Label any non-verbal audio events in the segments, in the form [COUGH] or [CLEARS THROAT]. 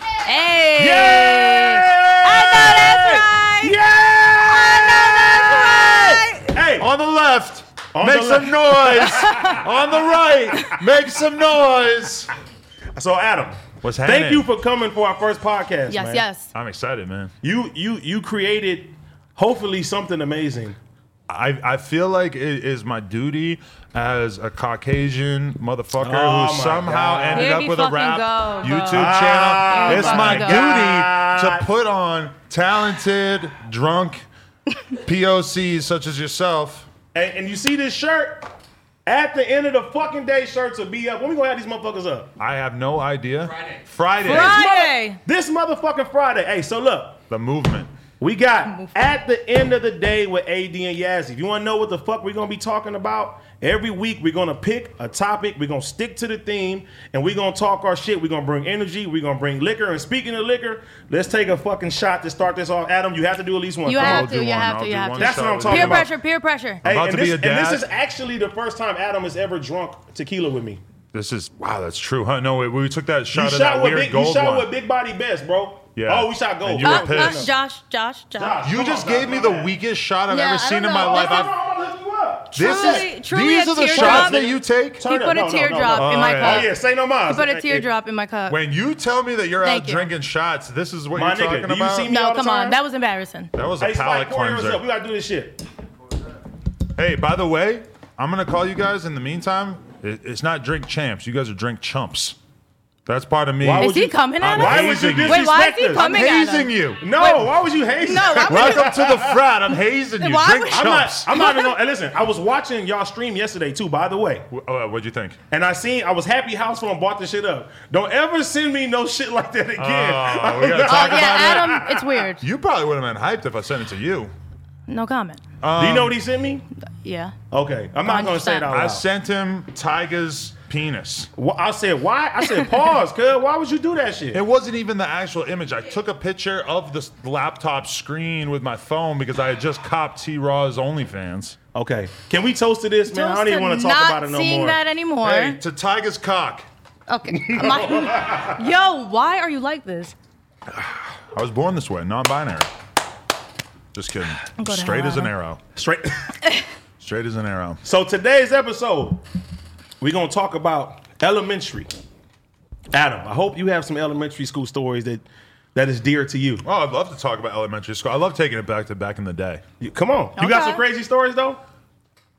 Hey! I know that's right! Yeah! I know that's right! Hey, On the left, On make the some noise. [LAUGHS] on the right, make some noise. so Adam, What's thank happening? you for coming for our first podcast. Yes, man. yes. I'm excited, man. You you you created hopefully something amazing. I, I feel like it is my duty as a Caucasian motherfucker Oh who my somehow God. ended Here up we with a fucking rap go, bro. YouTube channel. Ah, Here we it's my fucking go. duty to put on talented, drunk [LAUGHS] POCs such as yourself. And, and you see this shirt? At the end of the fucking day, shirts will be up. When we gonna have these motherfuckers up? I have no idea. Friday. Friday! This motherfucking Friday. Hey, so look, The movement. we got at the end of the day with AD and Yazzie. If you wanna know what the fuck we're gonna be talking about, every week we're gonna pick a topic, we're gonna stick to the theme, and we're gonna talk our shit. We're gonna bring energy, we're gonna bring liquor. And speaking of liquor, let's take a fucking shot to start this off. Adam, you have to do at least one. You Come on. have I'll to, do you one. have I'll to, you do have one to. That's what I'm shot. talking Peer about. pressure, peer pressure. Hey, About to and this, be a And this dad. is actually the first time Adam has ever drunk tequila with me. This is wow. That's true, huh? No, we, we took that You shot of shot that with weird big, you gold shot one. with Big Body Best, bro. Yeah. Oh, we shot gold. And you were Uh, uh, pissed. Josh, Josh, Josh. you just gave me the weakest shot I've Yeah, I ever don't seen in my know. life. That's I've- This this Truly- is, truly these a are the teardrop. shots that you take. He put a teardrop in my Oh, yeah. cup. Oh yeah, say no more. He put Hey, a hey, teardrop in my cup. When you tell me that you're Thank out you. drinking shots, this is what My you're nigga, talking do you about. see me all No, the come on. time? That was embarrassing. that was a Hey, palate Spike, pour yours up. cleanser. We gotta do this shit. Hey, by the way, I'm gonna call you guys in the meantime. it- it's not drink champs. You guys are drink chumps. That's part of me. Why Is would he you- coming at I'm Why us? would you hazing you. disrespect Wait, why is he us? I'm coming at hazing us? you. No, why would you hate? No, why would Welcome to the frat. I'm hazing you. Why Drink would- I'm not. chumps. I'm not even gonna. and Listen, I was watching y'all stream yesterday too. By the way, Wh- oh, what'd you think? and I seen I was happy house phone bought this shit up. Don't ever send me no shit like that again. Oh, we gotta [LAUGHS] Oh, talk yeah, about it. Adam, it's weird. You probably would have been hyped if I sent it to you. [LAUGHS] No comment. do you know what he sent me? Yeah. Okay, I'm not gonna say it out I loud. sent him Tiger's penis. Wh- I said, why? I said, pause, cuz. Why would you do that shit? It wasn't even the actual image. I took a picture of the s- laptop screen with my phone because I had just copped T Raw's OnlyFans. Okay. Can we toast to this, man? I don't Just even want to talk not about it no seeing more. that anymore. [LAUGHS] Hey, to Tiger's cock. Okay. My- Yo, why are you [LAUGHS] like this? I was born this way, non-binary. Just kidding. to Straight hell, as an Adam. arrow. Straight. Straight as an arrow. [LAUGHS] so today's episode, we're gonna talk about elementary. Adam, I hope you have some elementary school stories that that is dear to you. Oh, I'd love to talk about elementary school. I love taking it back to back in the day. You- Come on. You got Okay. some crazy stories though?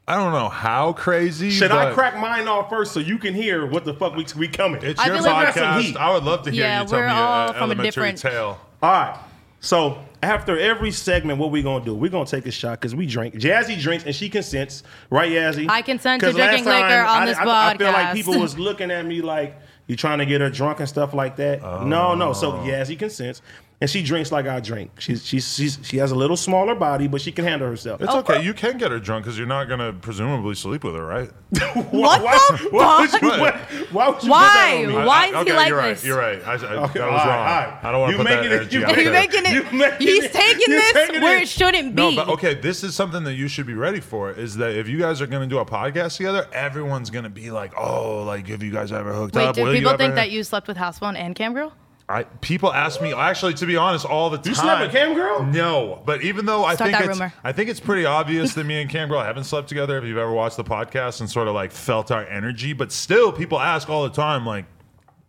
I don't know how crazy. Should I but crack mine off first so you can hear what the fuck we we coming? It's I your feel like we got some heat. podcast. I would love to hear Yeah, you tell we're me all an from a elementary different- tale. All right. So after every segment, what we gonna do? We're gonna take a shot because we drink. Jazzy drinks and she consents, right, Jazzy? I consent to 'Cause last drinking liquor time, on I- this I, I feel podcast. like people was looking at me like you trying to get her drunk and stuff like that. No, no. So Jazzy consents. And she drinks like I drink. She's, she's, she's, she has a little smaller body, but she can handle herself. Oh, It's uh, okay. You can get her drunk because you're not going to presumably sleep with her, right? [LAUGHS] Why- What why, the why fuck? Would you, why, why would you put Why? that on me? Why is he like you're this? Right, you're right. I, I, Okay, that was all wrong. right, all right. I don't want You to put that making it- energy you out making You're there. it- making it. You're making he's it- taking you're this taking where it. it, shouldn't No, be. but okay, this is something that you should be ready for. Is that if you guys are going to do a podcast together, everyone's going to be like, "Oh, like have you guys ever hooked Wait, up?" do Will people ever think hook-" that you slept with Housebone and Cam Girl? I, people ask me actually to be honest all the time. You slept with Cam Girl? No, but even though I Start think that it's, rumor. I think it's pretty obvious [LAUGHS] that me and Cam Girl haven't slept together. If you've ever watched the podcast and sort of like felt our energy, but still people ask all the time like,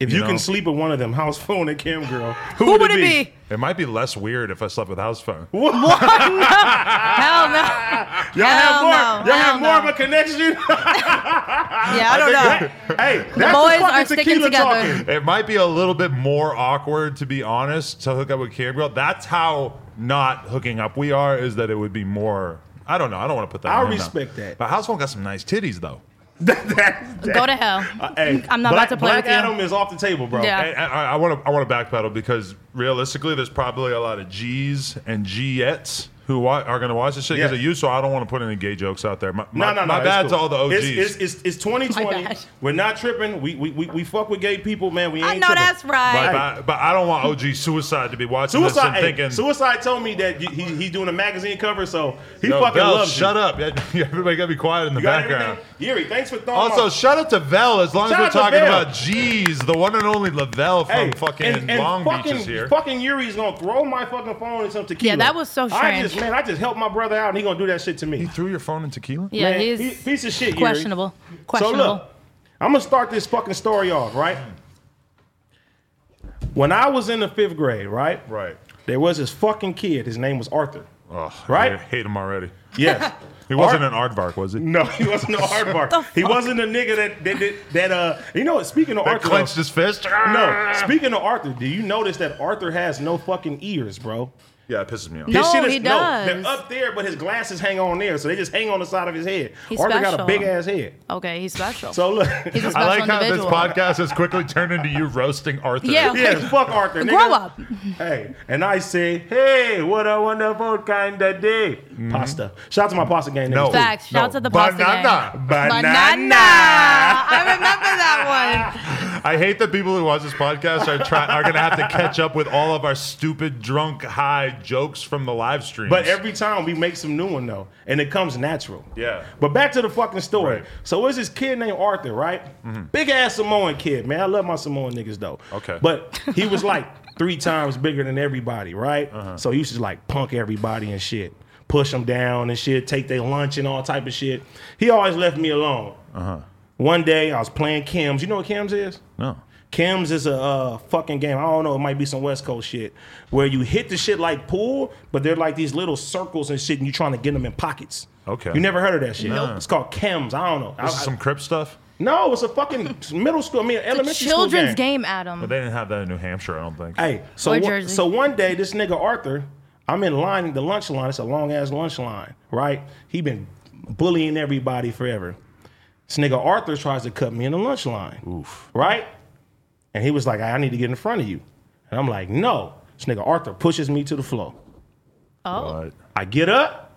If you, know? can sleep with one of them, house phone and cam [LAUGHS] girl, who, Who would it be? It might be less weird if I slept with house phone. Hell [LAUGHS] no. Y'all have Hell more. Y'all no. have Hell more no. of a [LAUGHS] connection. Yeah, I don't know. hey, that's the, boys fucking are sticking tequila together. talking. It might be a little bit more awkward, to be honest, to hook up with Cam Girl. That's how not hooking up we are, is that it would be more. I don't know. I don't want to put that I on him now. respect that. But House Phone got some nice titties, though. Go to hell. Uh, hey, [LAUGHS] I'm not Black, about to play Black with you. Adam is off the table, bro. Yeah. And I, I want to I want to backpedal because realistically, there's probably a lot of G's and G'ettes who wa- are going to watch this shit because Yeah. of you. So I don't want to put any gay jokes out there. My, No, my, no, no. My it's bad's cool. all the OGs. It's, it's, it's, it's 2020. [LAUGHS] My bad. We're not tripping. We, we we we fuck with gay people, man. We ain't. I know tripping. that's but, right. but, but I don't want OG Suicide to be watching this and Suicide, hey, thinking. Suicide told me that he, he, he's doing a magazine cover, so he "Yo, fucking Vel, loves shut you. up. [LAUGHS] Everybody got to be quiet in the You got background. everything? Yuri, thanks for throwing Also, my- shout out to Vel. As long Shout as out to we're talking Vel. about G's, the one and only Lavelle from fucking and- and Long fucking, Beach is here. Fucking Yuri's gonna throw my fucking phone in some tequila. Yeah, that was so I just strange. man, I just helped my brother out, and he gonna do that shit to me. He threw your phone in tequila. yeah, Man, he's he- piece of shit. Yuri. questionable. Questionable. So look, I'm gonna start this fucking story off right. When I was in the fifth grade, right, Right. there was this fucking kid. His name was Arthur. Oh, I Right? hate him already. Yes. He wasn't an aardvark, was he? No, he [LAUGHS] wasn't an aardvark. he wasn't a nigga that that, that, that uh. You know what? Speaking of That Arthur, clenched his fist. no. Speaking of Arthur, do you notice that Arthur has no fucking ears, bro? Yeah, it pisses me off. No, His shit is, Oh, he does. they're up there, but his glasses hang on there, so they just hang on the side of his head. He's Arthur got a special. big ass head. okay, he's special. So look, [LAUGHS] he's a special I like how this individual. podcast has quickly turned into you roasting Arthur. Yeah. yeah, fuck Arthur. Nigga. Grow up. Hey, and I say, hey, what a wonderful kind of day. Pasta. Shout out to my pasta gang. No. niggas, too. Facts. Shout out No. to the pasta gang. Banana. Banana. Banana. [LAUGHS] I remember that [LAUGHS] one. I hate that people who watch this podcast are try- are gonna have to catch up with all of our stupid, drunk, high jokes from the live stream. But every time we make some new one though, and it comes natural. Yeah. But back to the fucking story. Right. Mm-hmm. So there's this kid named Arthur, right? Big ass Samoan kid, man. I love my Samoan niggas though. Okay. But [LAUGHS] he was like three times bigger than everybody, right? Uh-huh. So he used to like punk everybody and shit, push them down and shit, take their lunch and all type of shit. He always left me alone. Uh-huh. One day I was playing Kim's. You know what Kim's is? no, Kim's is a uh, fucking game. I don't know. It might be some West Coast shit where you hit the shit like pool, but they're like these little circles and shit, and you trying to get them in pockets. Okay. You never heard of that shit? It's called Kim's. I don't know. I- this is I- some crip stuff. no, it's a fucking middle school. I mean, elementary school Children's game. game, But Adam. they didn't have that in New Hampshire, I don't think. Hey, so Or one- Jersey. so one day this nigga Arthur, I'm in line the lunch line. It's a long ass lunch line, right? He been bullying everybody forever. This nigga Arthur tries to cut me in the lunch line, Oof. right? And he was like, "I I need to get in front of you," and I'm like, "No." This nigga Arthur pushes me to the floor. Oh, But I get up.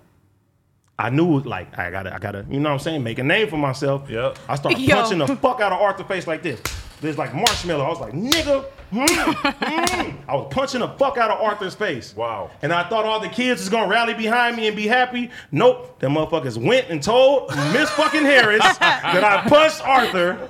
I knew like I gotta, I gotta, you know what I'm saying, make a name for myself. Yep. I started Yo. punching the fuck out of Arthur face like this. There's like marshmallow. I was like, nigga. mm, mm. I was punching the fuck out of Arthur's face. Wow. And I thought all the kids was gonna rally behind me and be happy. Nope. Them motherfuckers went and told Miss fucking Harris that I punched Arthur.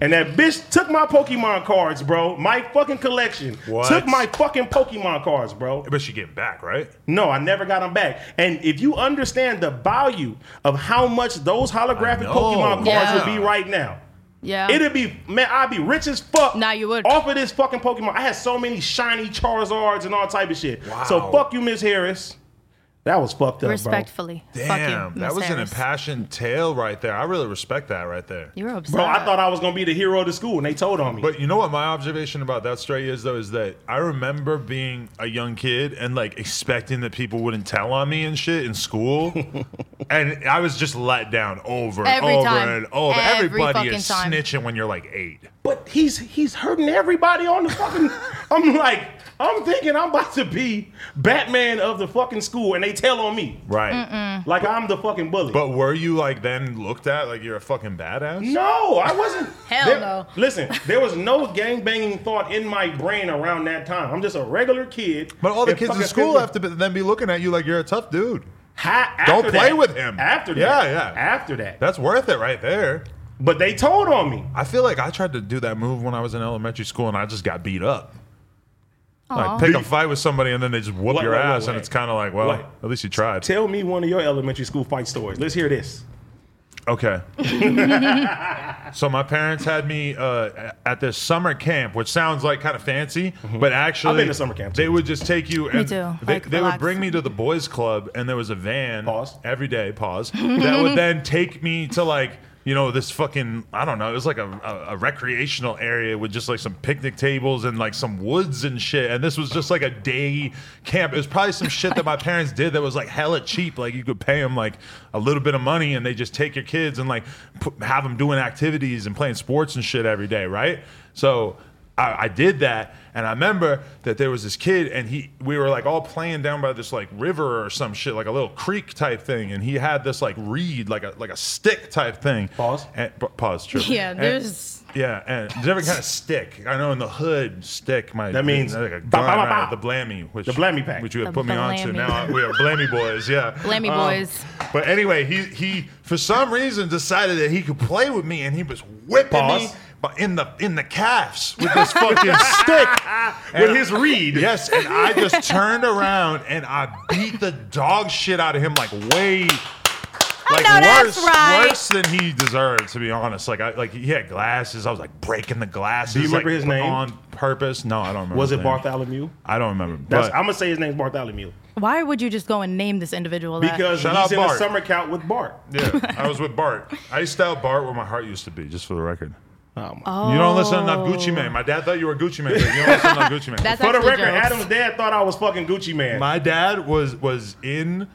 And that bitch took my Pokemon cards, bro. My fucking collection. What? Took my fucking Pokemon cards, bro. but she get back, right? No, I never got them back. And if you understand the value of how much those I holographic know. Pokemon cards Yeah. would be right now, Yeah. it'd be man, I'd be rich as fuck. Nah, you would. off of this fucking Pokemon. I had so many shiny Charizards and all type of shit. Wow. So fuck you, Miss Harris. That was fucked up, bro. Respectfully. Damn, Fuck you, that Miss was an Harris. impassioned tale right there. I really respect that right there. You were upset. Bro, I thought I was gonna be the hero of the school, and they told on me. But you know what my observation about that story is though is that I remember being a young kid and like expecting that people wouldn't tell on me and shit in school, and I was just let down over and Every over time. and over. Every Everybody fucking is time. snitching when you're like eight. but he's he's hurting everybody on the fucking. [LAUGHS] I'm like, I'm thinking I'm about to be Batman of the fucking school, and they tell on me Right. like I'm the fucking bully. But were you like then looked at like you're a fucking badass? No, I wasn't. [LAUGHS] Hell There- no. Listen, there was no gang banging thought in my brain around that time. I'm just a regular kid. But all the And kids in fucking school fifth- have to be, then be looking at you like you're a tough dude. Ha- after Don't play that- with him. After that. Yeah, yeah. After that. That's worth it right there. But they told on me. I feel like I tried to do that move when I was in elementary school and I just got beat up. Like pick a fight with somebody and then they just whoop Wait, your wait, wait, ass and wait. it's kind of like, well, Wait. at least you tried. Tell me one of your elementary school fight stories. Let's hear this. [LAUGHS] Okay. so my parents had me uh, at this summer camp, which sounds like kind of fancy, but actually Mm-hmm. I've been to summer camp, They too. would just take you and too. they, Like, they would relax. bring me to the boys club, and there was a van Pause. every day. Pause. that would then take me to like. You know this fucking I don't know. It was like a, a, a recreational area with just like some picnic tables and like some woods and shit. And this was just like a day camp. It was probably some shit that my parents did that was like hella cheap. Like you could pay them like a little bit of money and they just take your kids and like put, have them doing activities and playing sports and shit every day, right? So I, I did that, and I remember that there was this kid, and he we were like all playing down by this like river or some shit, like a little creek type thing, and he had this like reed, like a like a stick type thing. Pause. And, pa- pause. True. [LAUGHS] Yeah, And- there's- yeah, and different kind of stick. I know in the hood, stick. My That means like a ba- ba- gun, ba- ba. right? the blammy, which The blammy pack. which you have The put me onto. blammy. Now I- we are blammy boys. Yeah, Um, Blammy boys. But anyway, he he for some reason decided that he could play with me, and he was whipping Pause. me. But in the in the calves with this [LAUGHS] fucking stick With his reed. Yes, and I just turned around and I beat the dog shit out of him like way like know that's worse right. worse than he deserved to be honest. Like I like he had glasses. I was like breaking the glasses. Do you remember like, his name? on purpose? No, I don't remember. Was his name. it Bartholomew? I don't remember. That's, but- I'm gonna say his name's Bartholomew Why would you just go and name this individual that? because Shout he's out in the Bart. summer count with Bart. [LAUGHS] yeah, I was with Bart. I used to out Bart where my heart used to be, just for the record. Oh, my. You don't listen to enough Gucci Man. My dad thought you were Gucci Man, but you don't listen to enough Gucci Man. That's For the actually record, jokes. Adam's dad thought I was fucking Gucci Man. My dad was was in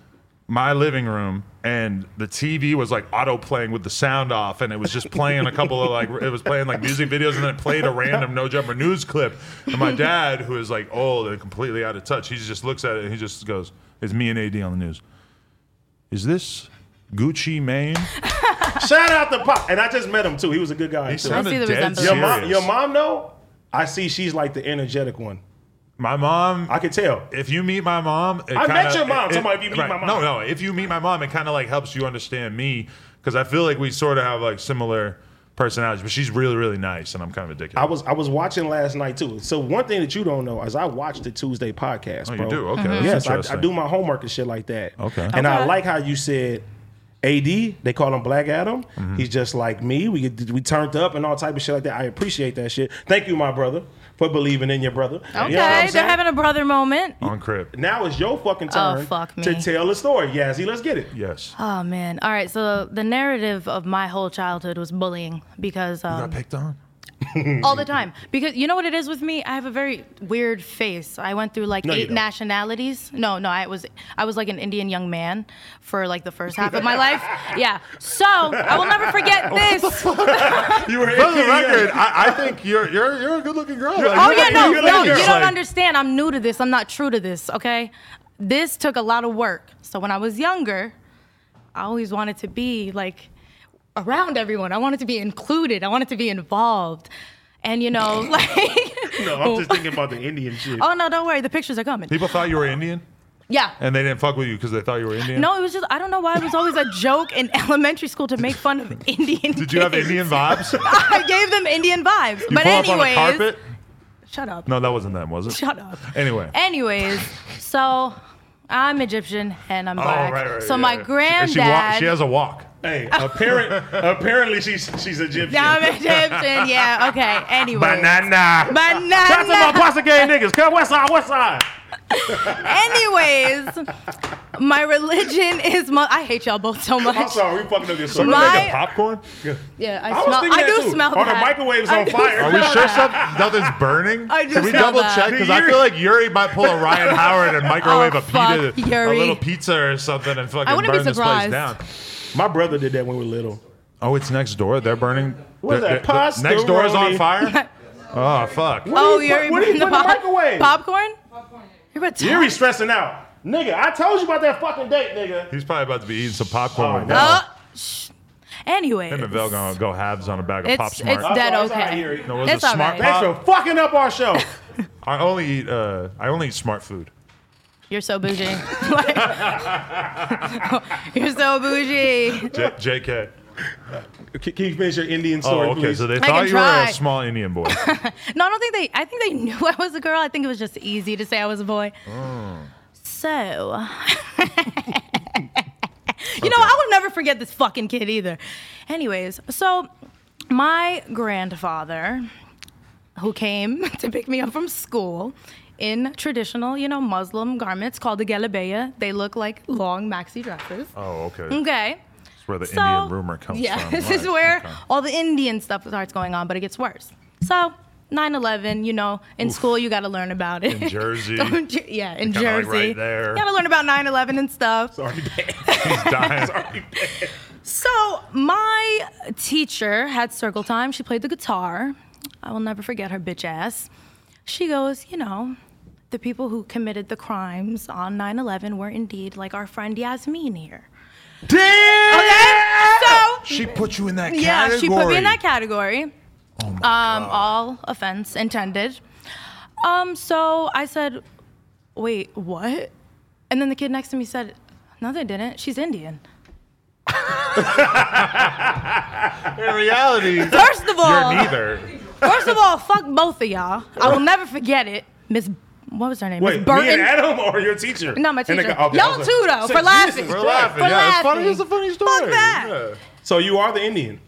my living room and the TV was like auto playing with the sound off and it was just playing a couple of like it was playing like music videos and then it played a random no jumper news clip. And my dad, who is like old and completely out of touch, he just looks at it and he just goes, It's me and AD on the news. Is this Gucci Mane? Shout out to Pop, and I just met him too. He was a good guy. He too. sounded the dead resemblance. serious. Your mom, your mom though, I see she's like the energetic one. my mom I can tell. if you meet my mom, it kinda, I met your mom. it- it- Somebody, if you meet my mom. no, no. If you meet my mom, it kind of like helps you understand me because I feel like we sort of have like similar personalities. But she's really, really nice, and I'm kind of a dickhead. I was I was watching last night too. So one thing that you don't know is I watched the Tuesday podcast. Oh, you bro. do? Okay, that's Yes, I, I interesting. do my homework and shit like that. Okay. And I Mm-hmm. Okay. like how you said. AD, they call him Black Adam. He's just like me. We get- we turned up and all type of shit like that. I appreciate that shit. Thank you, my brother, for believing in your brother. okay, they're having a brother moment. on crib. now it's your fucking Oh, turn fuck me. to tell the story. Yazzie, let's get it. Yes. Oh man. All right. So the narrative of my whole childhood was bullying because um, Got picked on. all the time. Because you know what it is with me? I have a very weird face. I went through like No, you eight don't. nationalities. No, no, I was I was like an Indian young man for like the first half of [LAUGHS] my life. Yeah. So I will never forget this. You were For the record, [LAUGHS] I, I think you're you're you're a good looking girl. Like, Oh you're yeah, a no, pretty no, good you lady. don't Like, understand. I'm new to this. I'm not true to this. Okay, this took a lot of work. So when I was younger, I always wanted to be like around everyone. I wanted to be included. I wanted to be involved. And you know, [LAUGHS] like, No, I'm just thinking about the Indian shit. oh no, don't worry, the pictures are coming. People thought you were Indian, Yeah. and they didn't fuck with you because they thought you were Indian. No, it was just I don't know why it was always a joke in [LAUGHS] elementary school to make fun of Indian. Did you have kids. Indian vibes? You [LAUGHS] I gave them Indian vibes. but pull up on anyways, a carpet? shut up. No, that wasn't them, was it? Shut up. Anyway. Anyways, so I'm Egyptian and I'm Oh, black. so Oh, yeah, my yeah. And granddad. She, walk, [LAUGHS] she has a walk. Hey, apparent, apparently she's she's Egyptian. [LAUGHS] Yeah, I'm Egyptian. Yeah. Okay. Anyway. Banana. Shout out to my Banana. Pasta Gang niggas. Come west side, west side. Anyways, my religion is. Mu- I hate y'all both so I'm much. sorry, we fucking up your We're soul. My- gonna make a popcorn. Yeah, I, I was smell. thinking I that do too. smell Oh, the that. microwave's I on do fire. Are smell we sure that. stuff, nothing's burning? I just Can we smell double that. check? Because I feel like Yuri might pull a [LAUGHS] Ryan Howard and microwave Oh, a pita, fuck, Yuri. a little pizza or something, and fucking wouldn't be burn this place surprised. down. My brother did that when we were little. Oh, it's next door. They're burning. What's the- that? the- the Next door is on Pastaroni. [LAUGHS] fire. Oh fuck! Oh, What do you- you're what do you put in the microwave? Popcorn. You're a Yuri's stressing out. Nigga, I told you about that fucking date, nigga. He's probably about to be eating some popcorn Oh, right no. now. Uh, shh. Anyway, Him and Vel gonna go halves on a bag of It's- Pop Smart. it's- That That's all- that's all okay. right, Yuri. no, was it's a all smart right. Thanks pop. for fucking up our show. I only eat. Uh, I only eat smart food. you're so bougie. [LAUGHS] Like- you're so bougie. J- Jk. [LAUGHS] can, can you finish your Indian Oh, story, okay. please? So they can thought you were try. a small Indian [LAUGHS] boy. No, I don't think they. I think they knew I was a girl. I think it was just easy [LAUGHS] to say I was a boy. So, You know, I will never forget this fucking kid either. Anyways, so my grandfather, who came [LAUGHS] to pick me up from school in traditional, you know, Muslim garments called the galabeya. They look like long maxi dresses. Oh, okay. Okay. That's where the So- Indian rumor comes yeah, from. [LAUGHS] this right, is where okay. [LAUGHS] all the Indian stuff starts going on, but it gets worse. So 9/11, you know, in school you got to learn about it. [LAUGHS] In Jersey. Don't you- yeah, in Kinda like Jersey. right there. Got to learn about 9/11 and stuff. Sorry, Dad. He's dying. [LAUGHS] So my teacher had circle time. She played the guitar. I will never forget her bitch ass. She goes, you know, the people who committed the crimes on 9/11 were indeed like our friend [LAUGHS] Yasmin here. Damn! So She put you in that yeah, category. she put me in that category. um, all offense intended. Um, so I said, "Wait, what?" And then the kid next to me said, "No, they didn't. She's Indian." In reality, [LAUGHS] First of all, You're neither. First of all, fuck both of y'all. I will never forget it. Miss, what was her name? [LAUGHS] Wait, Miss me Burton. and Adam or your teacher? no, my And teacher. the guy- okay, I Y'all was too, like, though, "Jesus for laughing. Christ." we're laughing. For yeah, it's funny. It's a laughing. funny story. that. Yeah. So you are the Indian.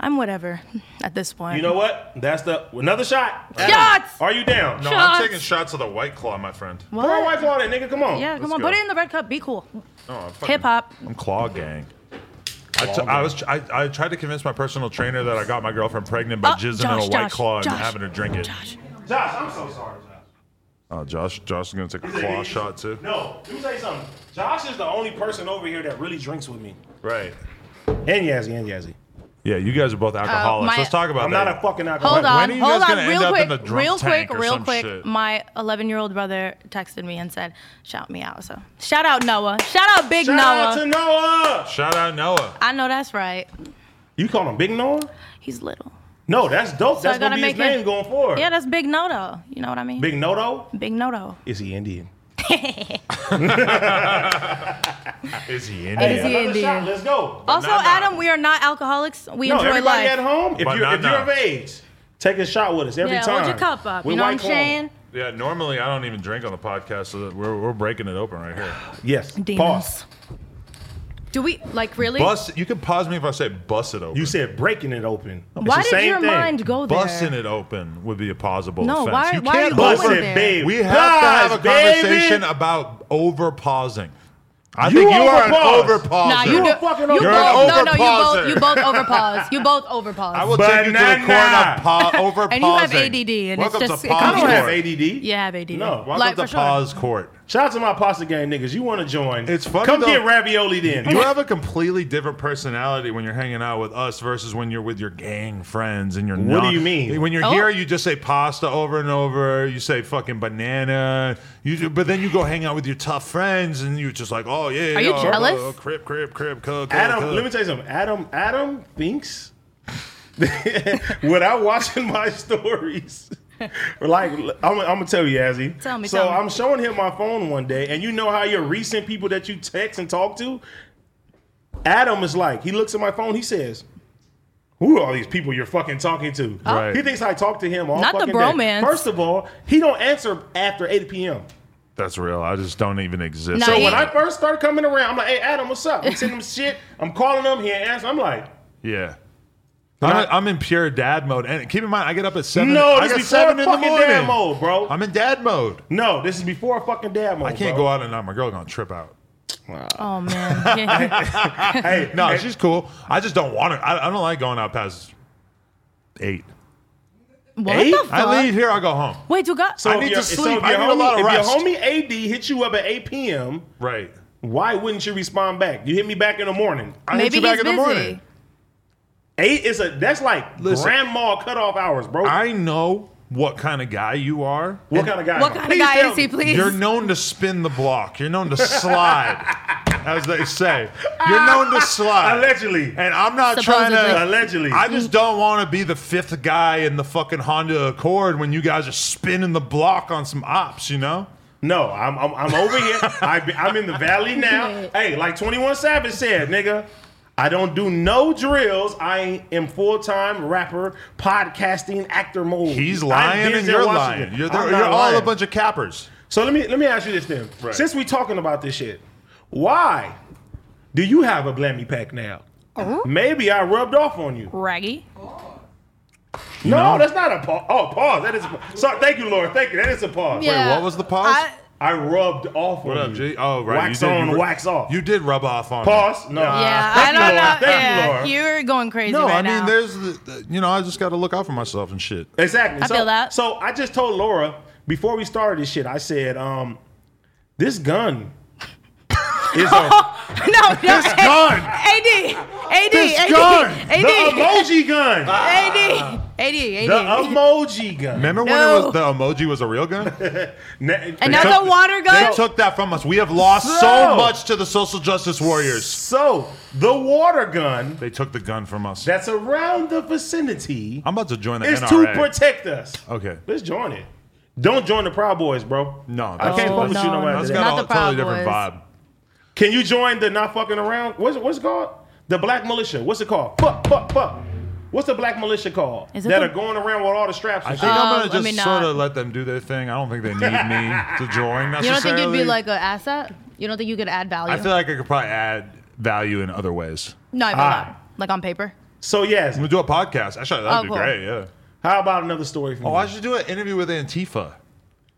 I'm whatever at this point. You know what? That's the another shot. Shots! Are you down? No, No. I'm Shots. taking shots of the White Claw, my friend. what? Come on, wipe all that, nigga. Come on. Yeah, come Let's on, go. put it in the red cup. Be cool. No, I'm fucking- Hip hop. I'm Claw Gang. I t- I was I, I tried to convince my personal trainer that I got my girlfriend pregnant by Oh, jizzing Josh, in a white Josh, claw and Josh, having her drink it. Josh. Josh, I'm so sorry, Josh. Oh, Josh, Josh is gonna take a claw shot too. No, let me tell you something. Josh is the only person over here that really drinks with me. Right. And Yazzie, and Yazzie. Yeah, you guys are both alcoholics. Oh, my- Let's talk about I'm that. not a fucking alcoholic. Hold on, are you hold guys on, gonna real end up in quick, the drunk real tank quick, or real some quick. shit? My 11 year old brother texted me and said, "Shout me out." So shout out Noah. Shout out Big Shout out Noah. to Noah. Shout out Noah. I know that's right. You call him Big Noah? He's little. No, that's dope. So I that's gotta gonna be his make it- name going forward. Yeah, that's Big Noto. You know what I mean? Big Noto? Big Noto. Is he Indian? Is he in it? Is he Another shot, Indian? Let's go. Also, Nah, nah. Adam, we are not alcoholics. We no, enjoy everybody at life. home, if But you're, nah, if you're nah. of age, take a shot with us every yeah, time. hold your cup up. With you know what White I'm Claw. saying? Yeah, normally I don't even drink on the podcast, so that we're, we're breaking it open right [SIGHS] here. Yes. Pause. Demons. Do we like really? Bust. You can pause me if I say bust it open. You said breaking it open. It's why the did same your thing. mind go there? busting it open would be a plausible No, offense. why- you why are can't you bust Bust going it. there? it, babe. We have to have a Pause, conversation baby. about over pausing. I You think you are an over overpause. pauser. Nah, you, You're do, a fucking you both. You're an no, no, you both. overpauser. You both overpause. You both overpause. I will take you to the corner Banana. of pa- over [LAUGHS] And you have pausing. ADD, and it's Welcome just- to it pause comes I don't Sure. have court. ADD. You have ADD. No, Welcome like, to for sure. pause court. Shout out to my pasta gang niggas. You want to join? It's funny, Come though. get ravioli then. You have a completely different personality when you're hanging out with us versus when you're with your gang friends and you're What do not- you mean? When you're Oh. here, you just say pasta over and over. You say fucking banana. You do- but then you go hang out with your tough friends and you're just like, oh yeah. Are you yeah, jealous? Oh, crip, crip, crip, cook. Adam, let me tell you something. Adam, Adam thinks [LAUGHS] without watching my stories. [LAUGHS] Like I'm, I'm gonna tell you, Azzy. Tell me, So tell me. I'm showing him my phone one day, and you know how your recent people that you text and talk to. Adam is like, he looks at my phone. He says, "Who are all these people you're fucking talking to?" Right. He thinks I talk to him all Oh. Not the fucking day. bromance. First of all, he don't answer after 8 p.m. That's real. I just don't even exist. No, So you- When I first started coming around, I'm like, "Hey, Adam, what's up?" I'm sending him shit. I'm calling him. He ain't answer. I'm like. yeah. I'm, I'm in pure dad mode, and keep in mind, I get up at seven. No, I this get before fucking dad mode, bro. I'm in dad mode. No, this is before fucking dad mode. I can't bro. go out at night. My girl gonna trip out. Oh man. [LAUGHS] Yeah. Hey, No, hey, she's cool. I just don't want to. I, I don't like going out past eight. what Eight? the fuck? I leave here, I go home. Wait, you got? so I if need to your- sleep. if I your need a homie- lot of rest. If your homie AD hit you up at 8 p.m., Right. why wouldn't you respond back? You hit me back in the morning. I hit Maybe you back in he's the busy. morning. Eight is a that's like Listen. grandma cutoff hours, bro. I know what kind of guy you are. what kind of guy? what am I? kind of Please guy tell is he, me. please? You're known to spin the block. You're known to [LAUGHS] slide, as they say. You're known to slide. Allegedly. And I'm not trying to. Supposedly. Allegedly. I just don't want to be the fifth guy in the fucking Honda Accord when you guys are spinning the block on some ops, you know? No, I'm I'm, I'm over here. [LAUGHS] I be, I'm in the valley now. Hey, like 21 Savage said, nigga, I don't do no drills. I am full time rapper, podcasting, actor mode. He's I'm lying Denzel and you're Washington. lying. You're, I'm there, not you're all a lying. bunch of cappers. So let me let me ask you this then. Right. Since we talking about this shit, why Do you have a blammy pack now? Maybe I rubbed off on you. Raggy. No, that's not a pause. Oh, pause. That is. A pa- Sorry, thank you, Lord. Thank you. That is a pause. what was the pause? I- I rubbed off What on up, you. G? Oh, right. Mm-hmm. Wax you did- on, you were- wax off. You did rub off on me. pause. No. yeah, Uh, Thank I you, don't Lord. know. Thank yeah, you, Lord. are going crazy No, I right mean, now. there's, the, the- you know, I just got to look out for myself and shit. Exactly. I so, feel that. So I just told Laura before we started this shit. I said, um, this gun is [LAUGHS] a [LAUGHS] no, no. It's gone. AD, AD, This AD, gun, AD, the emoji [LAUGHS] gun, AD, AD, the emoji gun. Remember when it was the emoji was a real [LAUGHS] gun? Ne- Another took- water They gun. took that from us. We have lost so, So- much to the social justice warriors. So the water gun They took the gun from us. that's around the vicinity I'm about to join the is to NRA. protect us. okay. Let's join it. Don't join the Proud Boys, bro. No, I can't that's- fuck with you no Oh, no, matter That's that. got Not a the totally Proud different Boys. vibe. Can you join the not fucking around? What's what's it called? The black militia. What's it called? Fuck, fuck, fuck. What's the black militia called? Is it that the- are going around with all the straps. I and think shit? I'm um, let gonna me just not. sort of let them do their thing. I don't think [LAUGHS] they need me to join necessarily. You don't think you'd be like an asset? You don't think you could add value? I feel like I could probably add value in other ways. no, I feel Ah. that. Like on paper. so yes. We do a podcast. Actually, that'd Oh, be cool. great. Yeah. How about another story from Oh, you? I should do an interview with Antifa.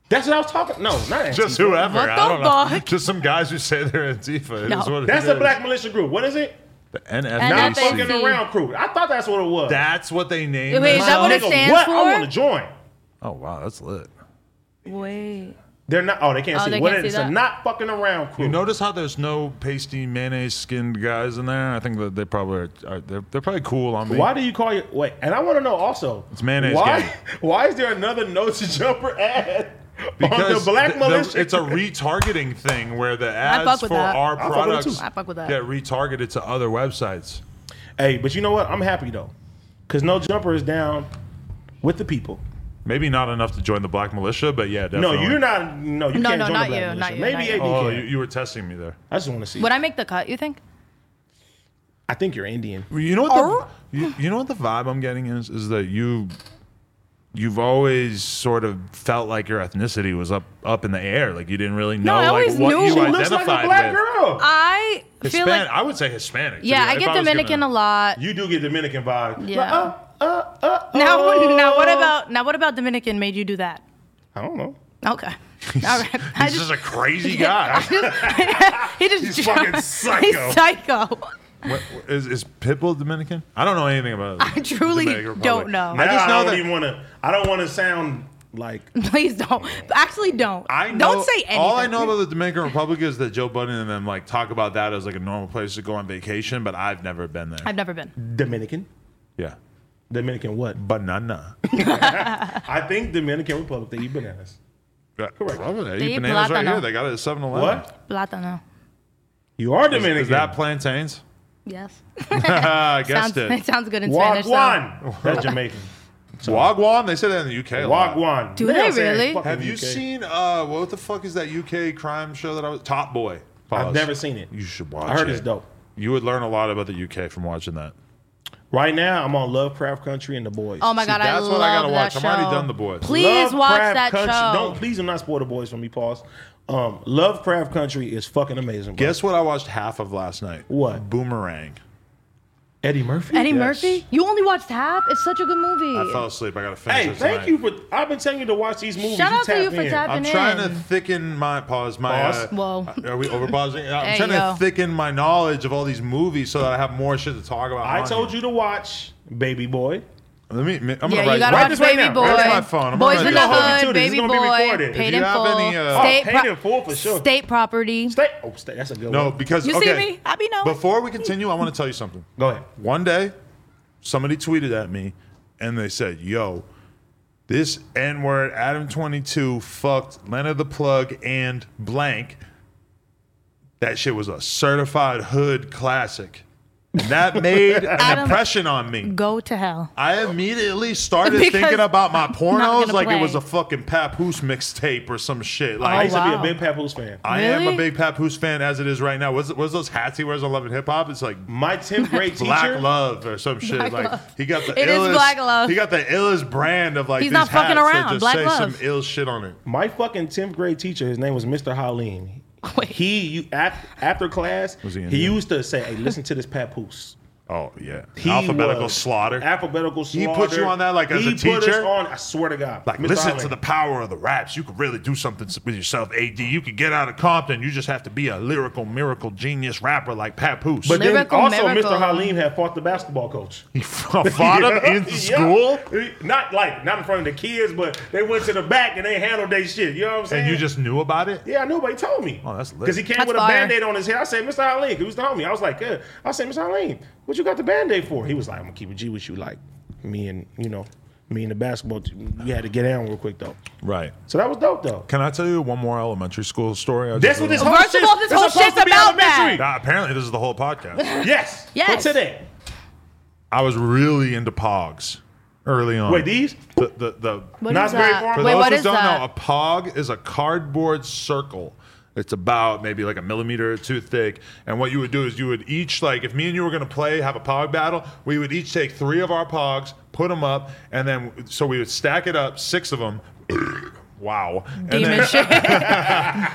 That's what I was talking. No, [LAUGHS] not Antifa. Just whoever. What I the don't know. fuck? Just some guys who say they're Antifa. It No. is what it That's the is. black militia group. What is it? The Not Not NFAC. fucking NFAC. see. around crew. I thought that's what it was. That's what they named. Wait, is that themselves? what it stands what? for? I want to join. Oh wow, that's lit. Wait. They're not. Oh, they can't Oh, see. they what can't it is? see It's a that. not fucking around crew. You notice how there's no pasty mayonnaise skinned guys in there? I think that they probably are, are they're, they're probably cool on me. Why do you call it? Wait, and I want to know also. It's mayonnaise Why? gang. [LAUGHS] Why is there another note to jumper ad [LAUGHS] on the Because black the- the- militia? [LAUGHS] it's a retargeting thing where the fuck ads for with that. our fuck with it products too. I fuck with that. get retargeted to other websites. Hey, but you know what? I'm happy though, because no jumper is down with the people. Maybe not enough to join the black militia, but yeah, No, definitely. you're not. No, you No, can't no, join the not black you, militia. not you, Maybe not you. AB Oh, can. you, you were testing me there. I just want to see. Would I make the cut, you think? I think you're Indian. You know what the you, you know what the vibe I'm getting is is that you you've always sort of felt like your ethnicity was up up in the air, like you didn't really know I like always what knew. you She She looks like identified a black with. girl. I feel Hispanic. like I would say Hispanic. to Yeah, be- I if get was Dominican gonna- a lot. you do get Dominican vibe. Yeah. Like, uh, uh, uh, Now, [LAUGHS] what- uh. now what about now what about Dominican made you do that? I don't know. Okay. [LAUGHS] All right. [LAUGHS] I He's just, just a crazy [LAUGHS] guy. he just He's fucking psycho. [LAUGHS] He's psycho. [LAUGHS] What- what- is, is Pitbull Dominican? I don't know anything about. I truly Dominican Republic. don't know. I just know don't that- even want to. I don't want to sound like. [LAUGHS] Please don't. Actually, don't. I know, don't say anything. All I know about the Dominican Republic is that Joe Budden and them like talk about that as like a normal place to go on vacation, but I've never been there. I've never been. Dominican. yeah, Dominican what? [LAUGHS] banana. I think Dominican Republic. They eat bananas. Correct. They eat eat eh? bananas right plátano. here. They got it at 7 Eleven. What? Plátano. You are Is, Dominican. is that plantains? [LAUGHS] [LAUGHS] Yes. I guessed Sounds, [LAUGHS] it it. sounds good in Spanish. though. Wagwan. That's [LAUGHS] Jamaican. Wagwan? They say that in the UK. a lot. Wagwan. Do They don't they say really? fucking Have you UK. seen uh what the fuck is that UK crime show that I was Top Boy? I've never seen it. You should watch. I heard it. it's dope. You would learn a lot about the UK from watching that. Right now, I'm on Lovecraft Country and the boys. Oh my See, god, I that's love what I gotta that watch. show. I'm already done The Boys. Please watch Lovecraft that Country. show. Don't please do not spoil the boys for me. Pause. Um, Lovecraft Country is fucking amazing. Bro. Guess what I watched half of last night? What? Boomerang. Eddie Murphy. Eddie Yes. Murphy? You only watched half? It's such a good movie. I fell asleep. I gotta finish Hey, it thank tonight. you for. I've been telling you to watch these movies. Shout you out to tap you for in. tapping I'm in. trying to thicken my pause. My Pause. uh, Whoa. Are we over [LAUGHS] pausing? I'm There trying you to go. thicken my knowledge of all these movies so that I have more shit to talk about. I on told here. you to watch Baby Boy. Let me. I'm gonna yeah, write. you gotta write watch this right Baby now. Boy. Write it on my phone. I'm Boys gonna in the write it down. This Hood, is Baby gonna be Boy, recorded. Paid If in you have Full, any, uh, state, Oh, Paid in Full for sure. state Property. Stay. Oh, stay. That's a good No, one. because You see okay. me? I be knowing. Before we continue, I want to tell you something. Go ahead. One day, somebody tweeted at me, and they said, "Yo, this N word, Adam twenty two, fucked Lena the Plug and blank. That shit was a certified hood classic." And that [LAUGHS] made an Adam- impression on me. Go to hell. I immediately started Because thinking about my not pornos gonna like it play. Oh, was a fucking Papoose mixtape or some shit. I Like used to wow. be a big Papoose fan. I am a Really? big Papoose fan as it is right now. What's, what's those hats he wears on Love and Hip Hop? It's like My [LAUGHS] 10th grade teacher. Black Love or some shit. Black like Love. he got the It is illest, Black Love. He got the illest brand of like He's these not fucking hats that around. Just Black say Love. some ill shit on it. My fucking 10th grade teacher, his name was Mr. Howleen. [LAUGHS] Wait. He you, af- after class, Was he he, in there? used to say, "Hey, listen to this papoose." Oh yeah, He alphabetical was- slaughter. Alphabetical He slaughter. put you on that, like, as he a put us teacher? on. I swear to God. like Mr. listen Holland. to the power of the raps. You could really do something s- with yourself, AD. You could get out of Compton. You just have to be a lyrical miracle genius rapper like Papoose. But then Lyrical also, miracle. Mr. Halim had fought the basketball coach. [LAUGHS] he [LAUGHS] fought him in Yeah. school, Not like not in front of the kids, but they went to the back and they handled their shit. You know what I'm saying? and you just knew about it. Yeah, I knew, but he told me. Oh, that's lit. Because he came That's with a fire. band-aid on his head. I said, Mr. Halim, 'cause he was the homie. I was like, yeah. I said, Mr. Halim, what you got the band-aid for? He was like, I'm gonna keep it G with you, like me and you know, me and the basketball team. We had to get down real quick though. Right. So that was dope though. Can I tell you one more elementary school story? I That's just what this whole realized? First of shit, all, this it's whole supposed shit's to be about that. elementary. Nah, apparently, this is the whole [LAUGHS] podcast. Yes. Yes. But today. I was really into Pogs early on. Wait, these? The, the, the, What Not is very that? formal. For Wait, those what who is don't that? know, a pog is a cardboard circle. It's about maybe like a millimeter or two thick. And what you would do is you would each like if me and you were gonna play have a pog battle, we would each take three of our pogs, put them up, and then so we would stack it up, six of them. [COUGHS] wow. And Demon then, shit.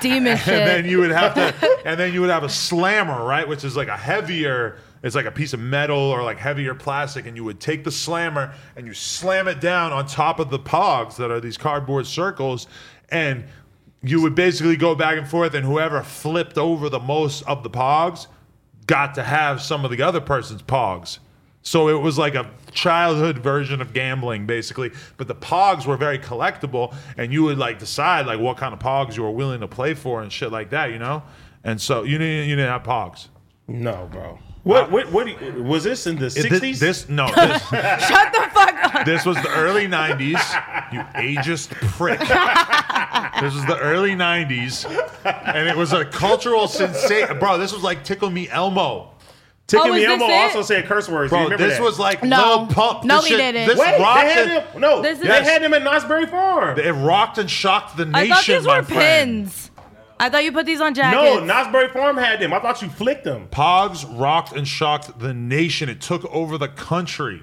[LAUGHS] Demon and then shit. you would have to and then you would have a slammer right which is like a heavier it's like a piece of metal or like heavier plastic and you would take the slammer and you slam it down on top of the pogs that are these cardboard circles and you would basically go back and forth and whoever flipped over the most of the pogs got to have some of the other person's pogs so it was like a childhood version of gambling, basically. But the pogs were very collectible, and you would like decide like what kind of pogs you were willing to play for and shit like that, you know. And so you didn't you didn't have pogs. No, bro. What? What? What? do you- Was this in the It- thi- sixties? This no, this, Shut the fuck up. this was the early '90s. You ageist prick. This was the early '90s, and it was a cultural sensation, bro. This was like Tickle Me Elmo. Ticket Oh, Me is this Elmo it? also said curse words. you Bro, remember this that? was like No. Lil Pump. No, This he shit- didn't. This Wait, they rocked had and- him. No, This is- they had him at Knott'sberry Farm. It rocked and shocked the I nation. thought these my were friend. pins. I thought you put these no, on jackets. Knott'sberry Farm had them. I thought you flicked them. Pogs rocked and shocked the nation. It took over the country.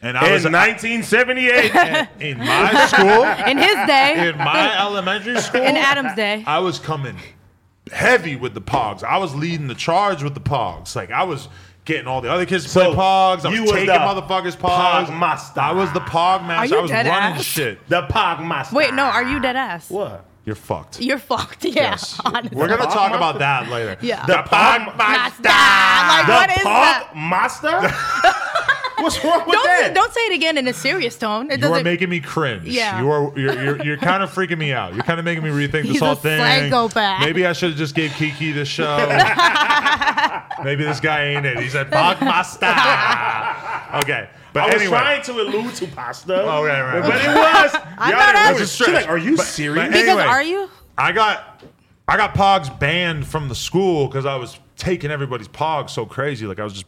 And I was in [LAUGHS] 1978. in [LAUGHS] my school, In his [LAUGHS] day, in my elementary school, in Adam's day. I was coming heavy with the Pogs. I was leading the charge with the Pogs. Like I was getting all the other kids to play So, Pogs. I was you was taking the motherfuckers Pogs. Pog master. I was the Pog master. you I was dead running ass? shit. the Pog Master. Wait, no, are you dead ass? What? You're fucked. You're fucked. [LAUGHS] Yeah, Yes. honestly. We're gonna talk about that later. Yeah. The The Pog Pog Master. Master. The Like, what is that? Pog Master? [LAUGHS] What's wrong with Don't that? say, don't say it again in a serious tone. It You are doesn't. making me cringe. Yeah. You are you're you're, [LAUGHS] you're kind of freaking me out. You're kind of making me rethink this He's whole a thing. psychopath. Maybe I should have just gave Kiki the show. [LAUGHS] Maybe this guy ain't it. He's a Bogmaster. okay. But I was anyway. trying to allude to pasta. Oh, right, right, But right. it [LAUGHS] was. I y'all thought didn't I- work. That's a She's like, stretch. are you But- serious? but because anyway, are you? I got I got Pogs banned from the school because I was taking everybody's Pogs so crazy. Like I was just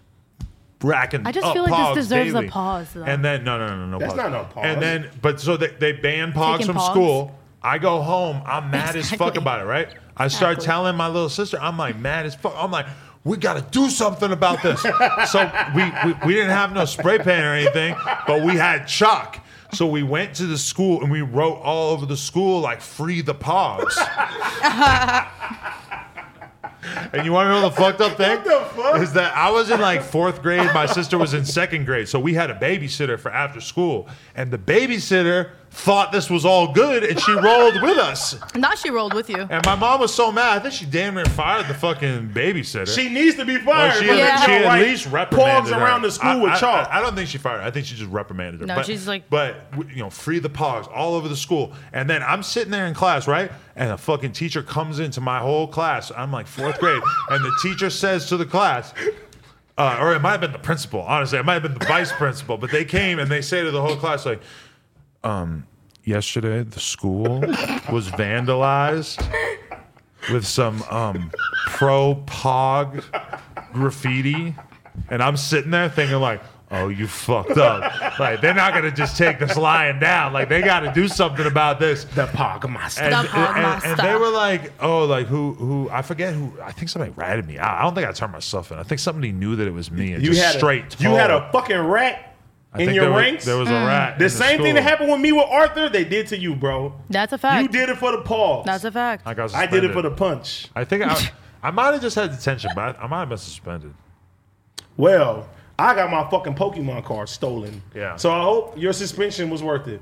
racking. I just up feel like this Pogs deserves a daily. pause, though. And then no, no, no, no. That's pause. not no pause. And then, but so they, they ban Pogs Taking from Pogs? school. I go home. I'm mad as fuck Exactly. about it. Right. I start Exactly. telling my little sister. I'm like mad as fuck. I'm like. We gotta do something about this. so we, we we didn't have no spray paint or anything, but we had chalk. So we went to the school and we wrote all over the school like "Free the Pogs." And you want to know the fucked up thing? [LAUGHS] What the fuck? Is that I was in like fourth grade, my sister was in second grade, so we had a babysitter for after school, and the babysitter thought this was all good, and she rolled with us. Now she rolled with you. And my mom was so mad, I think she damn near fired the fucking babysitter. She needs to be fired. Well, she, for Yeah. making she at her write least reprimanded Pogs her. around the school I- with I- chalk. I, I don't think she fired. her. I think she just reprimanded her. No, but, she's like- but w- you know, free the pogs all over the school. And then I'm sitting there in class, right? And a fucking teacher comes into my whole class. I'm like fourth [LAUGHS] grade, and the teacher says to the class. Uh, or it might have been the principal. Honestly, it might have been the vice principal. But they came and they say to the whole class, like, yesterday the school was vandalized with some um, pro pog graffiti, and I'm sitting there thinking like. Oh, you fucked up! Like they're not gonna just take this lying down. Like they got to do something about this. The Pogmaster. And, The Pog and- and they Master. were like, oh, like who, who, I forget who, I think somebody ratted me out. I don't think I turned myself in. I think somebody knew that it was me and You just had straight a, you told. had a fucking rat I in think your there was- ranks. there was a rat. the in same thing that school. happened with me with Arthur, they did to you, bro. That's a fact. You did it for the pause. That's a fact. I, got I did it suspended. for the punch. I think [LAUGHS] I, I might have just had detention, but I, I might have been suspended. Well, I got my fucking Pokemon card stolen. Yeah. Oh, So I hope your suspension was worth it.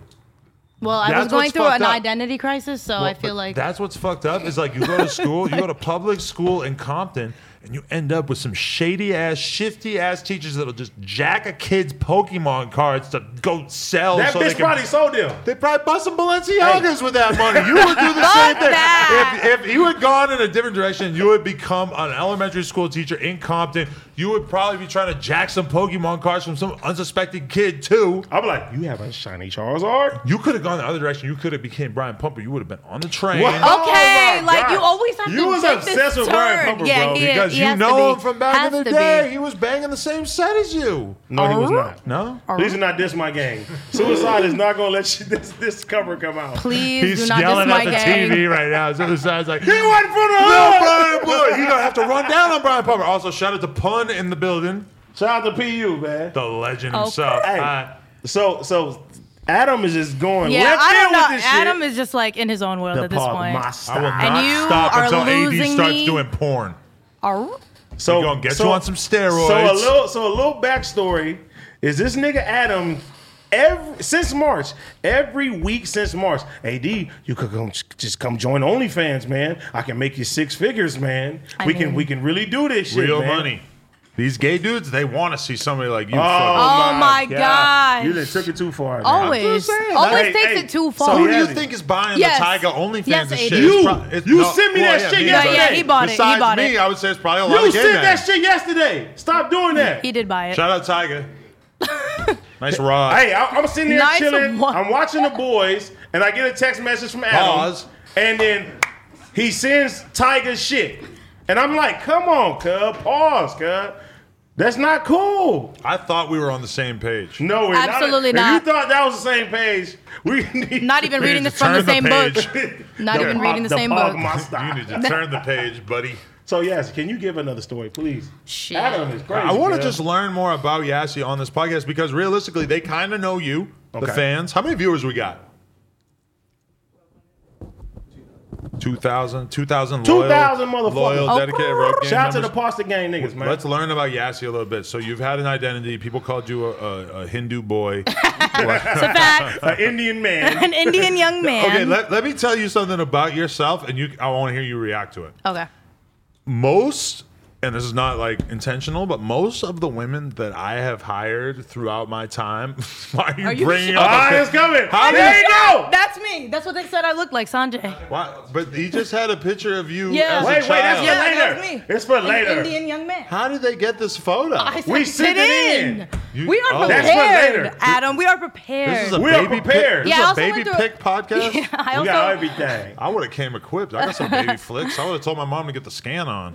well, I was That's going what's through fucked an up. identity crisis, so Oh, I feel But like that's what's fucked up is like you go to school, you go to public school in Compton, and you end up with some shady ass, shifty ass teachers that'll just jack a kid's Pokemon cards to go sell. That so they bitch can- probably sold them. They probably bought some Balenciagas with that money. You would do the same thing. that. If, if you had gone in a different direction, you would become an elementary school teacher in Compton. You would probably be trying to jack some Pokemon cards from some unsuspecting kid too. I'm like, you have a shiny Charizard? You could have gone the other direction. You could have became Brian Pumper. You would have been on the train. Wow. Okay, Oh my like God. you always have You to was take obsessed this with Brian turn. Pumper, yeah, bro. he, Because he you has to know be. him from back Has in the to be. day. He was banging the same set as you. No, he was not. No? Please do not diss my game. Suicide is not gonna let you [LAUGHS] this this cover come out. Please do not diss my gang. right now. His other side's like, He went for the No, hood. Brian Pumper. You're going to have to run down on Brian Pumper. Also, shout out to Pun in the building. Shout out to PU, man. The legend himself. Hey. Hi. So so Adam is just going Yeah, left I field don't know. with this Adam shit. is just like in his own world The at this Pog point. Master. I will And not you stop are until AD losing starts me. doing porn. Arr. So We're gonna get you on some steroids. So a little, so a little backstory is this nigga Adam. Every since March, every week since March, AD, you could come, just come join OnlyFans, man. I can make you six figures, man. we can mean- we can really do this shit, Real man. money. These gay dudes, they want to see somebody like you. Oh, Oh my God. You God. done took it too far. man. Always. just saying. Always Hey, takes hey, it too so far. Who do you Yes. think is buying Yes. the Tiger Only Yes, fans and it shit? is. It's Oh, You. pro- it's You not- sent me well, that shit me, yesterday. but- Yeah, he bought it. He Besides bought me, it. I would say it's probably a lot You of gay said men. that shit yesterday. Stop doing that. He did buy it. Shout out Tiger. [LAUGHS] nice rod. Hey, I, I'm sitting there Nice chilling. one. I'm watching the boys, and I get a text message from Adam, Pause. and then he sends Tiger shit, and I'm like, "Come on, cub, pause, cub. That's not cool." I thought we were on the same page. No, we're Absolutely not. not. If you thought that was the same page, we [LAUGHS] need Not even We reading need to the, from the turn same book. page. [LAUGHS] Not even reading the, same book. you need to turn the page, buddy. So yes, can you give another story, please? Shit. Adam is crazy. I want to cub. just learn more about Yassi on this podcast because realistically, they kind of know you, Okay. the fans. How many viewers we got? 2,000, 2,000 loyal, 2,000 motherfuckers. loyal, Oh, dedicated rope gang shout out to the members. pasta gang niggas, man. Let's learn about Yassi a little bit. So you've had an identity. People called you a, a, a Hindu [LAUGHS] boy. It's a fact. [LAUGHS] An Indian [LAUGHS] man. An Indian young man. okay, let, let me tell you something about yourself, and you, I want to hear you react to it. Okay. most and this is not like intentional but most of the women that i have hired throughout my time [LAUGHS] why are you Are you bringing sure? up Ah, a- it's coming. How there did- you go. That's me. That's what they said I look like, Sanjay. [LAUGHS] why, but he just had a picture of you Yeah. as Wait, a wait, child that's for Yeah, later. that's me. It's for An later. Indian young man. how did they get this photo I said, We sent sit it in. in. You- we are oh. prepared, That's for later. Adam. We are prepared. this is a We are baby pick, prepared. this Yeah, is a I also baby went through- pick [LAUGHS] podcast Yeah, [LAUGHS] I We also got everything. i would have came equipped i got some baby flicks i would have told my mom to get the scan on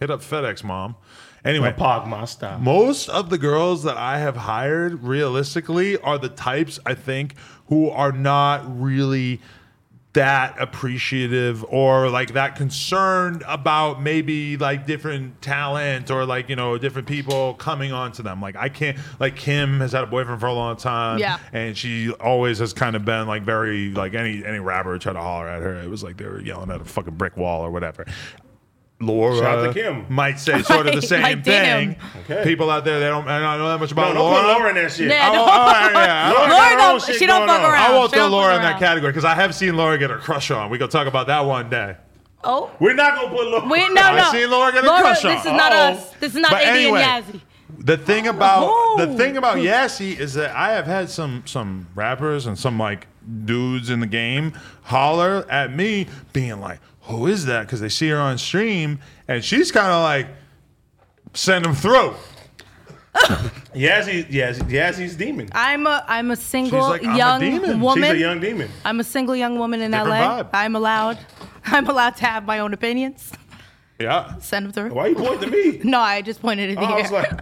hit up fedex mom anyway Pogma style. Most of the girls that I have hired realistically are the types I think who are not really that appreciative or like that concerned about maybe like different talent or like you know different people coming on to them like i can't like kim has had a boyfriend for a long time Yeah. and she always has kind of been like very like any any rapper tried to holler at her it was like they were yelling at a fucking brick wall or whatever Laura Shout out to Kim. might say sort of the Right, same [LAUGHS] like, damn. thing. Okay. People out there, they don't, I don't know that much No, about don't put Laura. Laura in that shit. Yeah, I, don't- won't- all right, yeah. I [LAUGHS] Laura won't- got Laura her don't- own shit she don't going fuck on. around. I won't She throw don't fuck Laura in that around. category because I have seen Laura get a crush on. We're going to talk about that one day. Oh, We're not gonna put Laura. wait, no, I no. see Laura get a crush on. This is not Uh-oh. us. This is not But AD anyway. and Yazzie. The thing about the Oh. thing [LAUGHS] about Yassi is that I have had some some rappers and some like dudes in the game holler at me being like, "Who is that?" Because they see her on stream and she's kind of like, "Send them through." Yazzie, Yazzie, Yazzie's demon. I'm a I'm a single She's like, I'm a young demon. She's a woman. She's a young demon. I'm a single young woman in Different LA. vibe. I'm allowed. [LAUGHS] I'm allowed to have my own opinions. Yeah. Send them through. Why you pointing to me? No, I just pointed it Oh, I here. was like,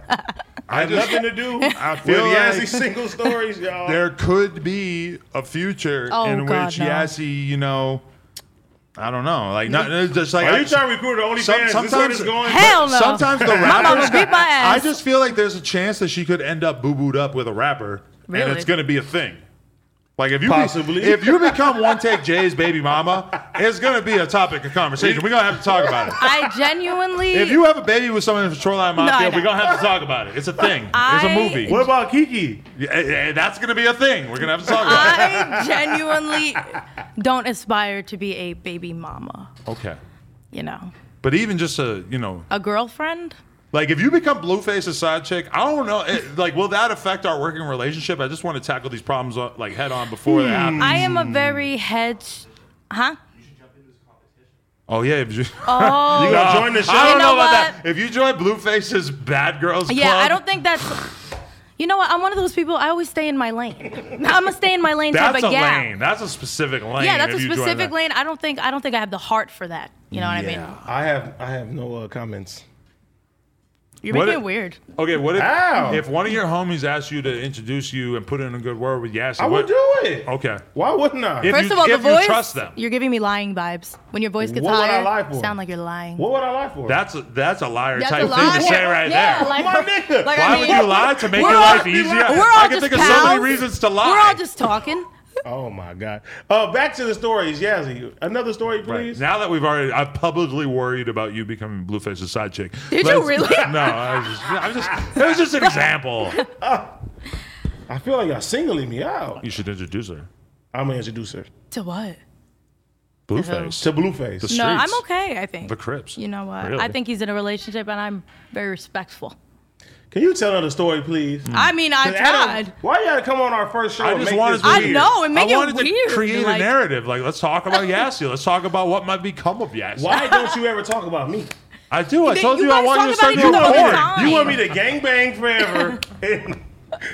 I have nothing to [LAUGHS] do I with feel Yazzie like- single stories, y'all. there could be a future Oh, in God, which no. Yassi, you know, I don't know, like not it's just like Are I- you trying to recruit the Some- OnlyFans? Some, sometimes- sometimes is going. Hell no. Sometimes the My mama rappers, beat my [LAUGHS] ass. I just feel like there's a chance that she could end up boo booed up with a rapper, Really? and it's gonna be a thing. Like if you Possibly. if you become one take Jay's baby mama, it's gonna be a topic of conversation. We're gonna have to talk about it. [LAUGHS] I genuinely. If you have a baby with someone from Shoreline I Mafia, know. we're gonna have to talk about it. It's a thing. it's I- a movie. What about Kiki? Yeah, yeah, yeah, that's gonna be a thing. We're gonna have to talk about it. I genuinely don't aspire to be a baby mama. Okay. You know, But even just a, you know, a girlfriend. like if you become Blueface's side chick, I don't know, it, like will that affect our working relationship? I just want to tackle these problems uh, like head on before that happens. I am a very head. Huh? Oh yeah, [LAUGHS] if you, Oh. You gonna join the show? I don't You know, know about that. what? If you join Blueface's Bad Girls Yeah, Club, I don't think that's. You know what? I'm one of those people. I always stay in my lane. I'm gonna stay in my lane that's type a of gal. lane. That's a specific lane. Yeah, that's if a you join specific that. lane. I don't think. I don't think I have the heart for that. You know what I mean? I have I have no uh, comments. You're What making it- it weird. Okay, what if Ow. if one of your homies asked you to introduce you and put in a good word with Yassi? I what, would do it. Okay. Why wouldn't I? If First you- of all, if the you voice. trust them. You're giving me lying vibes. When your voice gets What would I higher, lie for? sound like you're lying. what would I lie for? That's a, that's a liar That's type a lie. thing to say right yeah, there. Like, My nigga. like, Why I mean, would you lie to make we're your all- life easier? We're all I can just think of pals. so many reasons to lie. We're all just talking. oh my god. Uh, back to the stories, Yazzie. Another story, Right. please. Now that we've already, I'm publicly worried about you becoming Blueface's side chick. Did you really? [LAUGHS] No, I was just, I was just, it was just an example. I feel like y'all singling me out. You should introduce her. I'm gonna introduce her To what? Blueface. to Blueface. The No, I'm streets. okay. I think The Crips. Uh-huh. You know what? Really? Hmm. I think he's in a relationship, and I'm very respectful. Can you tell another story, please? I mean, I 'Cause Adam, tried. Why you gotta come on our first show? I and just make wanted this to weird? I know it I made wanted it weird. to create like, a narrative. Like, let's talk about Yassi. Let's talk about what might become of Yassi. Why don't you ever talk about me? I do. I You told you, I guys want you to talk start about doing each other all the porn. time. You want me to gangbang [LAUGHS] forever and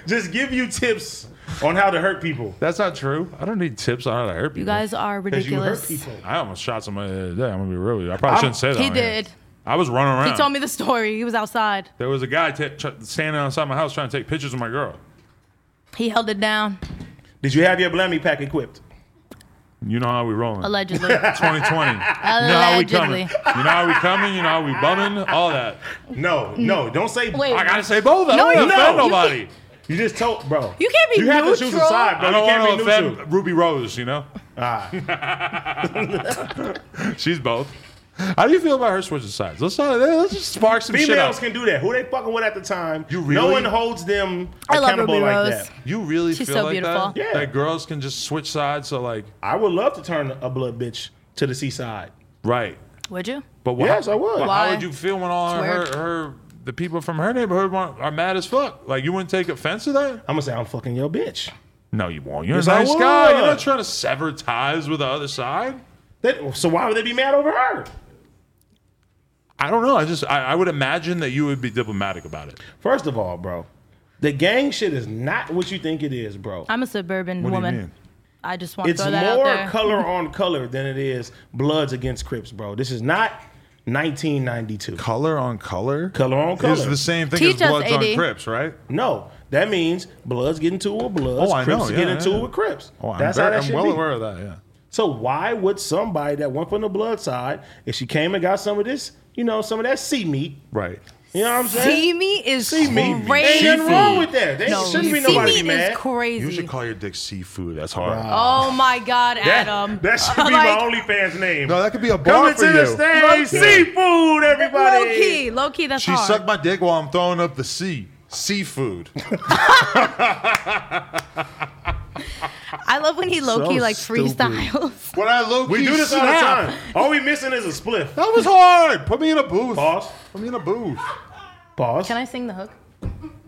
just give you tips on how to hurt people? That's not true. I don't need tips on how to hurt people. You guys are Because you hurt ridiculous. people. I almost shot somebody the other day. I'm gonna be real with you. I probably shouldn't say that. He on here. did. I was running around. He told me the story. He was outside. there was a guy t- tr standing outside my house trying to take pictures of my girl. He held it down, Did you have your blammy pack equipped? You know how we rolling. [LAUGHS] allegedly. [LAUGHS] 2020. You know how we coming. You know how we coming. You know how we bumming. All that. No, no, don't say. Mm. Wait. I gotta say both. I No, don't you wanna offend can't. nobody. You just told, bro. You can't be You have to choose a neutral. side, bro. I don't you can't want be to neutral. Ah. offend Ruby Rose. You know. [LAUGHS] She's both. How do you feel about her switching sides? Let's not, let's just spark some shit Females up. can do that. Who they fucking with at the time? You No really? one holds them I love accountable Ruby like Rose. that. You really She's feel so like beautiful. that? Yeah. That girls can just switch sides. So like, I would love to turn a blood bitch to the seaside. right. Would you? But why, Yes, I would. but Why? how would you feel when all It's her, weird. her the people from her neighborhood want, are mad as fuck? Like you wouldn't take offense to that? I'm gonna say I'm fucking your bitch. No, you won't. You're Yes, a I nice guy. would. You're not trying to sever ties with the other side. That, so why would they be mad over her? I don't know. I just I, I would imagine that you would be diplomatic about it. First of all, bro, the gang shit is not what you think it is, bro. I'm a suburban What do you woman. mean? I just want to it's throw that out more there. [LAUGHS] color on color than it is Bloods against Crips, bro. This is not 1992. Color on color. Color on color. is the same thing Teach as us, bloods on AD. Crips, right? No, that means Bloods get into it with Bloods, Oh, I know. Crips get Yeah, into yeah. it with Crips. Oh, I'm, That's very, how that I'm should well be. aware of that. Yeah. So why would somebody that went from the Blood side, if she came and got some of this, you know, some of that sea meat, Right. you know what I'm saying? See me is See me. Ain't crazy. nothing wrong with that. There shouldn't be see nobody me mad. is crazy. You should call your dick seafood. That's hard. oh my God, Adam. that [LAUGHS] should be Like, my OnlyFans name. that could be a Coming to the stage, seafood, Low everybody. key, low key. That's She hard. sucked my dick while I'm throwing up the sea. Seafood. I love when he low key So like stupid. [LAUGHS] freestyles. [LAUGHS] When I low We do this all the time. All we missing is a spliff. That was hard. Put me in a booth. Pause. Put me in a booth. Pause. Can I sing the hook?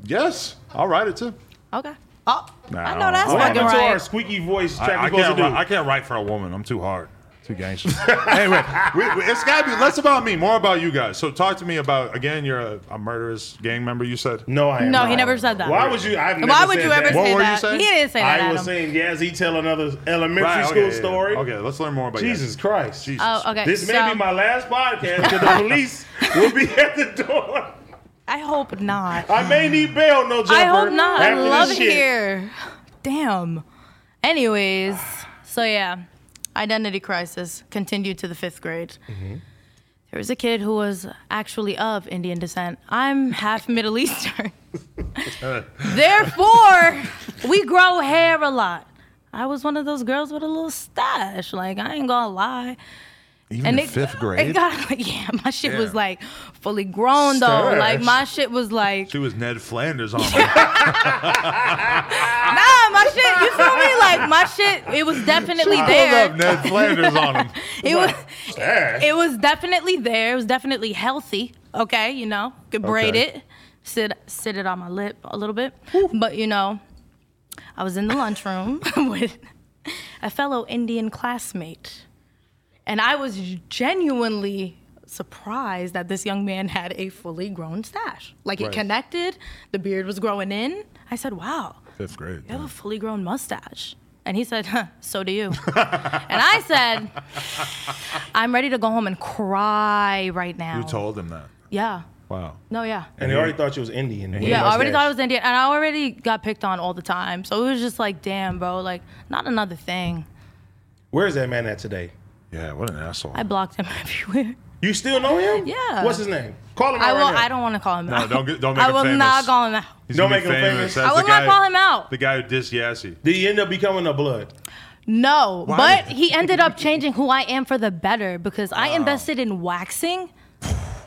Yes, I'll write it too. Okay. Oh, Nah, I I know that's don't- what I fucking happened to our right. squeaky voice I, track we can't. supposed to do? I can't write for a woman. I'm too hard. Too [LAUGHS] gangster. anyway, we, we- it's got to be less about me, more about you guys. So talk to me about again. You're a, a murderous gang member. You said no, I No, he never said that. Why would you? I've Why never would said you ever that. say What were you that? saying? He didn't say that, I was Adam. saying Yazzie tell another elementary Right, school okay, yeah, yeah. story. Okay, let's learn more about Jesus Christ. Jesus. Oh, okay. This may so- be my last podcast because the police will be at the door. I hope not. I may need bail, no jumper. I hope not. I after this love it shit. here. Damn. Anyways, so yeah, identity crisis continued to the fifth grade. There was a kid who was actually of Indian descent. I'm half Middle Eastern. Therefore, we grow hair a lot. I was one of those girls with a little stash. Like, I ain't gonna lie. even in fifth It grade. got, [LAUGHS] yeah, my shit was Yeah. like fully grown though. Stash. Like, my shit was like. She was Ned Flanders [LAUGHS] on Nah, my shit. You feel me? Like my shit. It was definitely She pulled there. up Ned Flanders on [LAUGHS] him. It was. It was definitely there. It was definitely healthy. Okay, you know, could braid Okay. it, sit sit it on my lip a little bit. But you know, I was in the lunchroom [LAUGHS] with a fellow Indian classmate, and I was genuinely surprised that this young man had a fully grown stash. Like it Right. connected, the beard was growing in. I said, "Wow." Fifth grade. you have a fully grown mustache. And he said, huh, so do you. [LAUGHS] and I said, I'm ready to go home and cry right now. You told him that. yeah. Wow. No, yeah. And they already thought you was Indian. with Yeah, the I already thought I mustache. was Indian. And I already got picked on all the time. So it was just like, damn, bro, like, not another thing. Where's that man at today? Yeah, what an asshole. I blocked him [LAUGHS] everywhere. You still know him? Yeah. What's his name? Call him I, out will, right now. I don't want to call him No, out. don't get- don't make I him will famous. not call him out. He's Don't gonna make him famous. as I the will not guy- call him out. The guy who dissed Yassi. Did he end up becoming a blood? No, Why? but he ended up changing who I am for the better because I invested in waxing.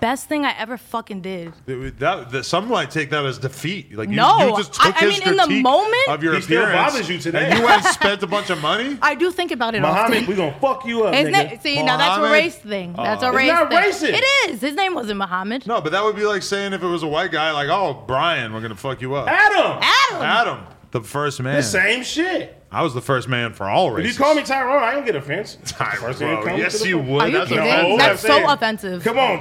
Best thing I ever fucking did. That, that- some might take that as defeat. Like you, No, you just took I- I his mean, in the critique moment- of your He still appearance, bothers you today. [LAUGHS] and you went and spent a bunch of money. I do think about it Muhammad, often. we gonna fuck you up, His nigga. name, see, now that's a Muhammad? Oh. race thing. That's a It's race not thing. racist. It is. His name wasn't Muhammad. No, but that would be like saying if it was a white guy, like, oh, Brian, we're gonna fuck you up. Adam. Adam. Adam, the first man. The same shit. I was the first man for all If races. you [LAUGHS] call me Tyrone, I don't get offense. Tyrone? First thing that comes to Yes, the you phone. would. Are you That's kidding? not- No, That's I'm saying- so offensive. Come on,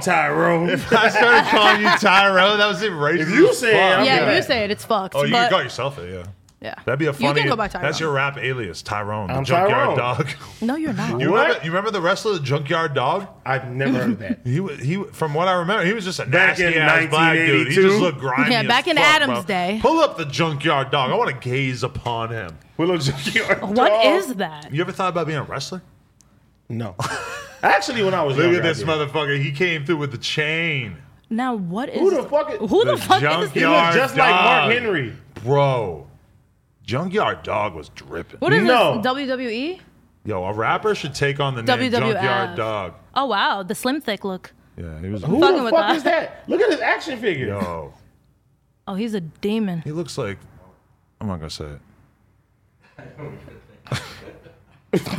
[LAUGHS] Tyrone. if I [LAUGHS] started calling you Tyrone. That was it. Racist. you as say fuck. I'm yeah, good. you say it. It's fucked. Oh, you but, can call yourself it. Yeah. yeah. That'd be a funny. You can go by Tyrone. That's your rap alias, Tyrone, the I'm Junkyard Tyrone. Dog. [LAUGHS] No, you're not. You What? remember, you remember the wrestler, the Junkyard Dog? I've never heard [LAUGHS] of that. He wa- he. wa- From what I remember, he was just a Back nasty in ass black dude. He 1982? just looked grimy. Yeah, as back in fuck, Adam's bro. day. Pull up the Junkyard Dog. I want to gaze upon him. Willow Junkyard. What dog. is that? You ever thought about being a wrestler? No. Actually, when I was Look younger, at I this did. motherfucker. He came through with the chain, Now, what is Who the fuck is- Who the, The fuck is junkyard- He looks just like Dog. Mark Henry. bro. Junkyard Dog was dripping. What is No. this? E? WWE? Yo, a rapper should take on the name WWF. Junkyard Dog. Oh, wow. The slim thick look. Yeah, he was. Who Fucking the with fuck that. is that? Look at his action figure. Yo, Oh, he's a demon. he looks like. I'm not gonna say it.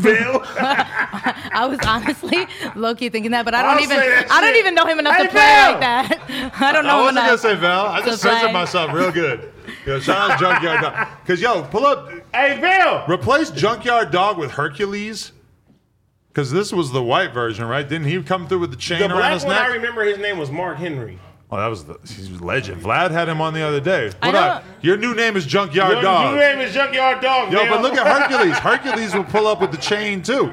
Bill. I was honestly [LAUGHS] low key thinking that, but I don't I'll even say that I don't shit. even know him enough Hey, to play Val! like that. [LAUGHS] I don't I know him wasn't Oh, gonna enough. say Val. I just So censored play. myself real good. Yo, shout out Junkyard Dog. Cause yo, pull up, hey, Bill. replace Junkyard Dog with Hercules. Cause this was the white version, right? Didn't he come through with the chain The around black his one, neck? I remember his name was Mark Henry. oh, that was the he's a legend. Vlad had him on the other day. I What up? don't- Your new name is Junkyard Your, Dog. your name is Junkyard Dog. Yo, Bill. but look at Hercules. Hercules will pull up with the chain too.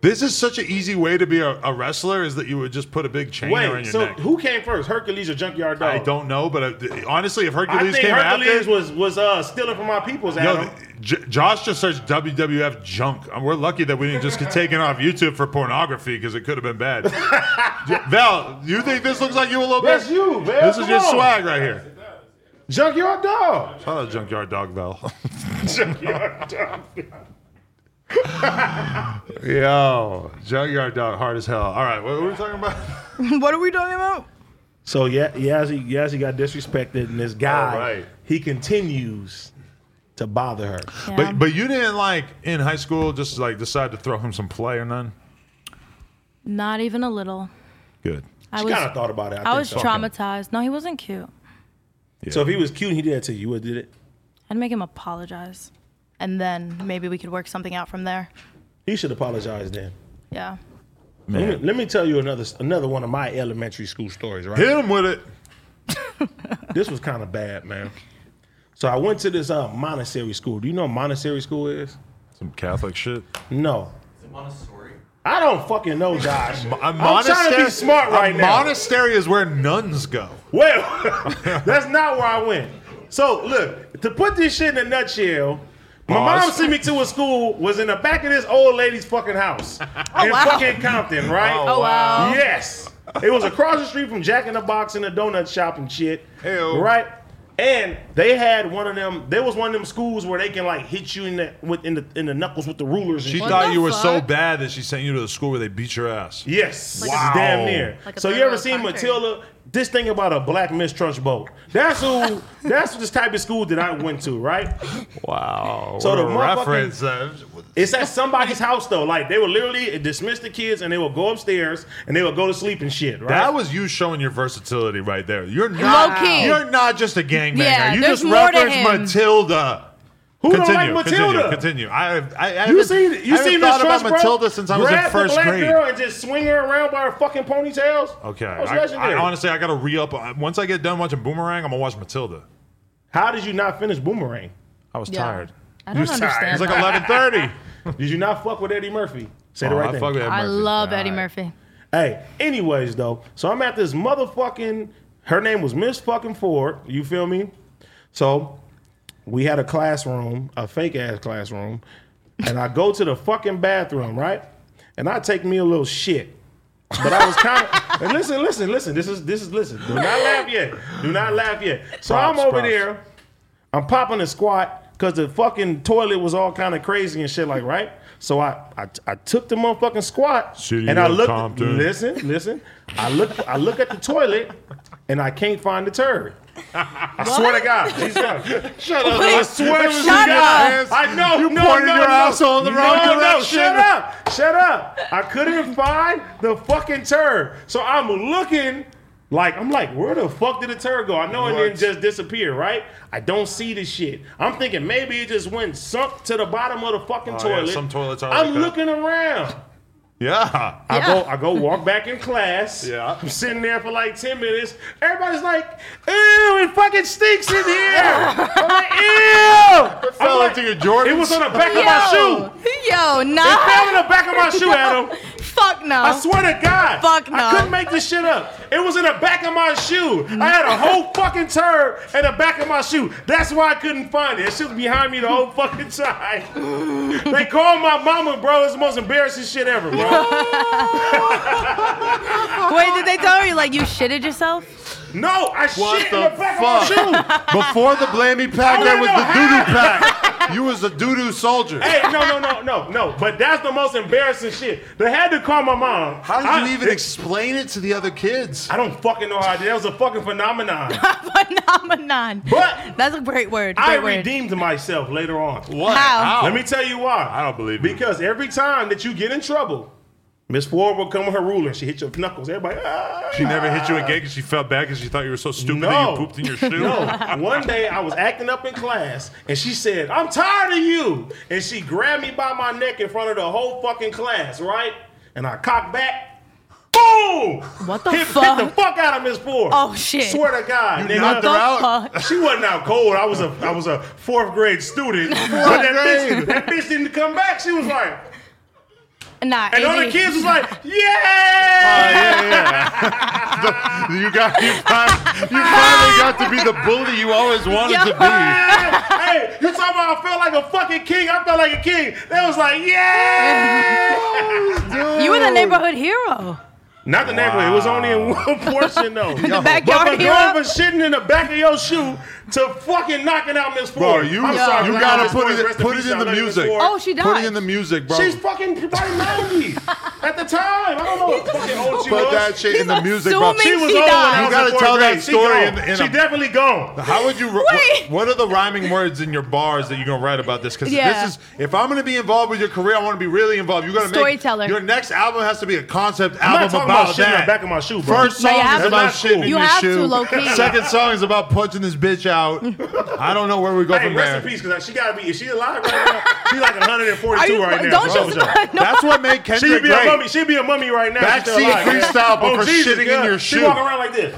This is such an easy way to be a, a wrestler is that you would just put a big chain around Wait, your so neck. who came first, Hercules or Junkyard Dog? I don't know, but uh, honestly, if I Hercules think came Hercules after, was was uh, stealing from our people's Yo, Adam. th- J- Josh just searched WWF junk. And we're lucky that we didn't just [LAUGHS] get taken off YouTube for pornography because it could have been bad. J- Val, you think this looks like you a little bit? That's you, Val, This is come your on. swag right here. Junkyard Dog. Shout out Junkyard Dog Val. [LAUGHS] Junkyard Dog. [LAUGHS] Yo, Junkyard Dog, hard as hell. All right, what were we talking about? [LAUGHS] what are we talking about? So yeah, Yazzie, Yazzie got disrespected, and this guy All right. he continues to bother her. But but you didn't like in high school just like decide to throw him some play or none. Not even a little. Good. I She was kind of thought about it. I, I think was so. traumatized. No, he wasn't cute. So if he was cute, and he did that to you. You would did it. I'd make him apologize, and then maybe we could work something out from there. He should apologize then. Yeah. Let me, let me tell you another another one of my elementary school stories. Right? Hit 'em with it. this was kind of bad, man. So I went to this uh, Montessori school. Do you know what Montessori school is? Some Catholic shit. No. I don't fucking know, Josh. A I'm trying to be smart a right now. Monastery is where nuns go. Well, [LAUGHS] that's not where I went. So look, to put this shit in a nutshell, my Pause. mom sent me to a school was in the back of this old lady's fucking house in wow. fucking Compton, right? Oh, wow. Yes, it was across the street from Jack in the Box and the donut shop and shit, Hell. right? And they had one of them. There was one of them schools where they can like hit you in the with in the in the knuckles with the rulers. And She shit. thought the you were so fuck? bad that she sent you to the school where they beat your ass. Yes. Like a- wow. Damn near. Like a so you third ever world seen country. Matilda? This thing about a black Miss Trunchbull. That's [LAUGHS] who. that's this type of school that I went to, right? Wow. So what the a motherfucking- reference. uh, It's at somebody's house though. Like they would literally dismiss the kids and they would go upstairs and they would go to sleep and shit. Right? That was you showing your versatility right there. You're not. Low-key. You're not just a gangbanger. Yeah, you there's just more to referenced him. Matilda. Who don't like Matilda? Continue. continue. I, I, I You haven't- seen? I You haven't seen thought about this trust, bro? Matilda since I was Grab in first the black grade. girl and just swing her around by her fucking ponytails. Okay. that was I, legendary. I honestly, I gotta re up. Once I get done watching Boomerang, I'm gonna watch Matilda. How did you not finish Boomerang? I was Yeah. tired. I don't You understand. tired. It's like that. [LAUGHS] 11:30. Did you not fuck with Eddie Murphy? Say the Oh, right I thing. fuck with Eddie I Murphy. love All Eddie right. Murphy. Hey, anyways though, so I'm at this motherfucking. Her name was Miss fucking Ford. You feel me? So we had a classroom, a fake ass classroom, and I go to the fucking bathroom, right? And I take me a little shit. But I was kind of and listen, listen, listen. This is this is listen. Do not laugh yet. Do not laugh yet. So I'm Props, over props. there. I'm popping a squat because the fucking toilet was all kind of crazy and shit like right. So I I, I took the motherfucking squat City and I of looked. Compton. Listen, listen. I look I look at the toilet and I can't find the turd. I swear to God, Jesus Christ. shut up! I swear to shut God, up. I know you no, pointed no, your no. asshole in the wrong no, No, direction. shut up! Shut up! I couldn't find the fucking turd, so I'm looking. Like I'm like, where the fuck did the turd go? I know it didn't just disappear, right? I don't see the shit. I'm thinking maybe it just went sunk to the bottom of the fucking Oh, yeah, toilet. some toilets are I'm like that. looking around. Yeah. I go, I go walk back in class. [LAUGHS] Yeah. I'm sitting there for like 10 minutes. Everybody's like, ew, it fucking stinks in here. I'm like, ew. It fell into your Jordans? It was on the back of my shoe. Yo, It nah. fell in the back of [LAUGHS] my shoe, Adam. Fuck no. I swear to God. Oh. Fuck no. I couldn't make this shit up. It was in the back of my shoe. I had a whole fucking turd in the back of my shoe. That's why I couldn't find it. It shit was behind me the whole fucking [LAUGHS] time. they called my mama, bro. It's the most embarrassing shit ever, bro. [LAUGHS] Wait, did they tell you like you shitted yourself? [LAUGHS] No, I What shit the in the back fuck? of my shoe. Before the blammy I pack, there wanna was know the doo-doo how. pack. You was a doo-doo soldier. Hey, no, no, no, no, no. But that's the most embarrassing shit. They had to call my mom. How did I- you even explain it to the other kids? I don't fucking know how I did. That was a fucking [LAUGHS] phenomenon. Phenomenon. But That's a great word. Great I word. redeemed myself later on. What? How? Let me tell you why. I don't believe you. Because every time that you get in trouble, Miss Ford will come with her ruler. She hit your knuckles. Everybody, ah. She never hit you again because she fell back because she thought you were so stupid that No. you pooped in your shoe. [LAUGHS] [LAUGHS] No. One day I was acting up in class and she said, I'm tired of you. And she grabbed me by my neck in front of the whole fucking class, right? And I cocked back. Boom! What the hit, fuck? Hit the fuck out of Miss Ford. Oh, shit. Swear to God, nigga. knocked her out? fuck? She wasn't out cold. I was a I was a fourth grade student. but that bitch, that bitch didn't come back. She was like, Nah. and all AD. the kids was like, Oh, yeah! [LAUGHS] You got you, fin- you finally got to be the bully you always wanted to be. hey, you talking about I felt like a fucking king? I felt like a king. They was like, yeah! [LAUGHS] You were the neighborhood Oh, hero. Not the neighborhood. It was only [LAUGHS] in one portion though. the backyard but for hero? going from shitting in the back of your shoe to fucking knocking out Miss Bro, Ford. you I'm sorry, you Miss gotta Ford, put Miss it Ford, put rest it in in the peace. I love you, Miss music. Ford. Oh, she Put died. it in the music, bro. She's fucking [LAUGHS] probably 90 at the time. I don't know what fucking old she put was. that shit in the music, bro. assuming she was she old when died. I You was gotta in fourth tell that grade. She story gone. in- in she a- definitely gone. How would you? What, Wait. what are the rhyming words in your bars that you're gonna write about this? Because Yeah. this is, if I'm gonna be involved with your career, I want to be really involved. You gotta make Storyteller. Your next album has to be a concept I'm not album talking about, about, about about shit in the that. back of my shoe, bro. First No, song you have is to. about That's shit cool. in You your have to, shoe. low-key. Second song is about punching this bitch [LAUGHS] out. I don't know where we go Hey, from rest there. in peace, because she gotta be. Is she alive right now? She's like 142 Are you- right now. don't bro. you- [LAUGHS] That's what made She'd Kendrick be great. a mummy. She'd be a mummy right now. She's still Backseat alive. freestyle, but Oh, for Jesus, shitting in God. your She shoe. walking around like this.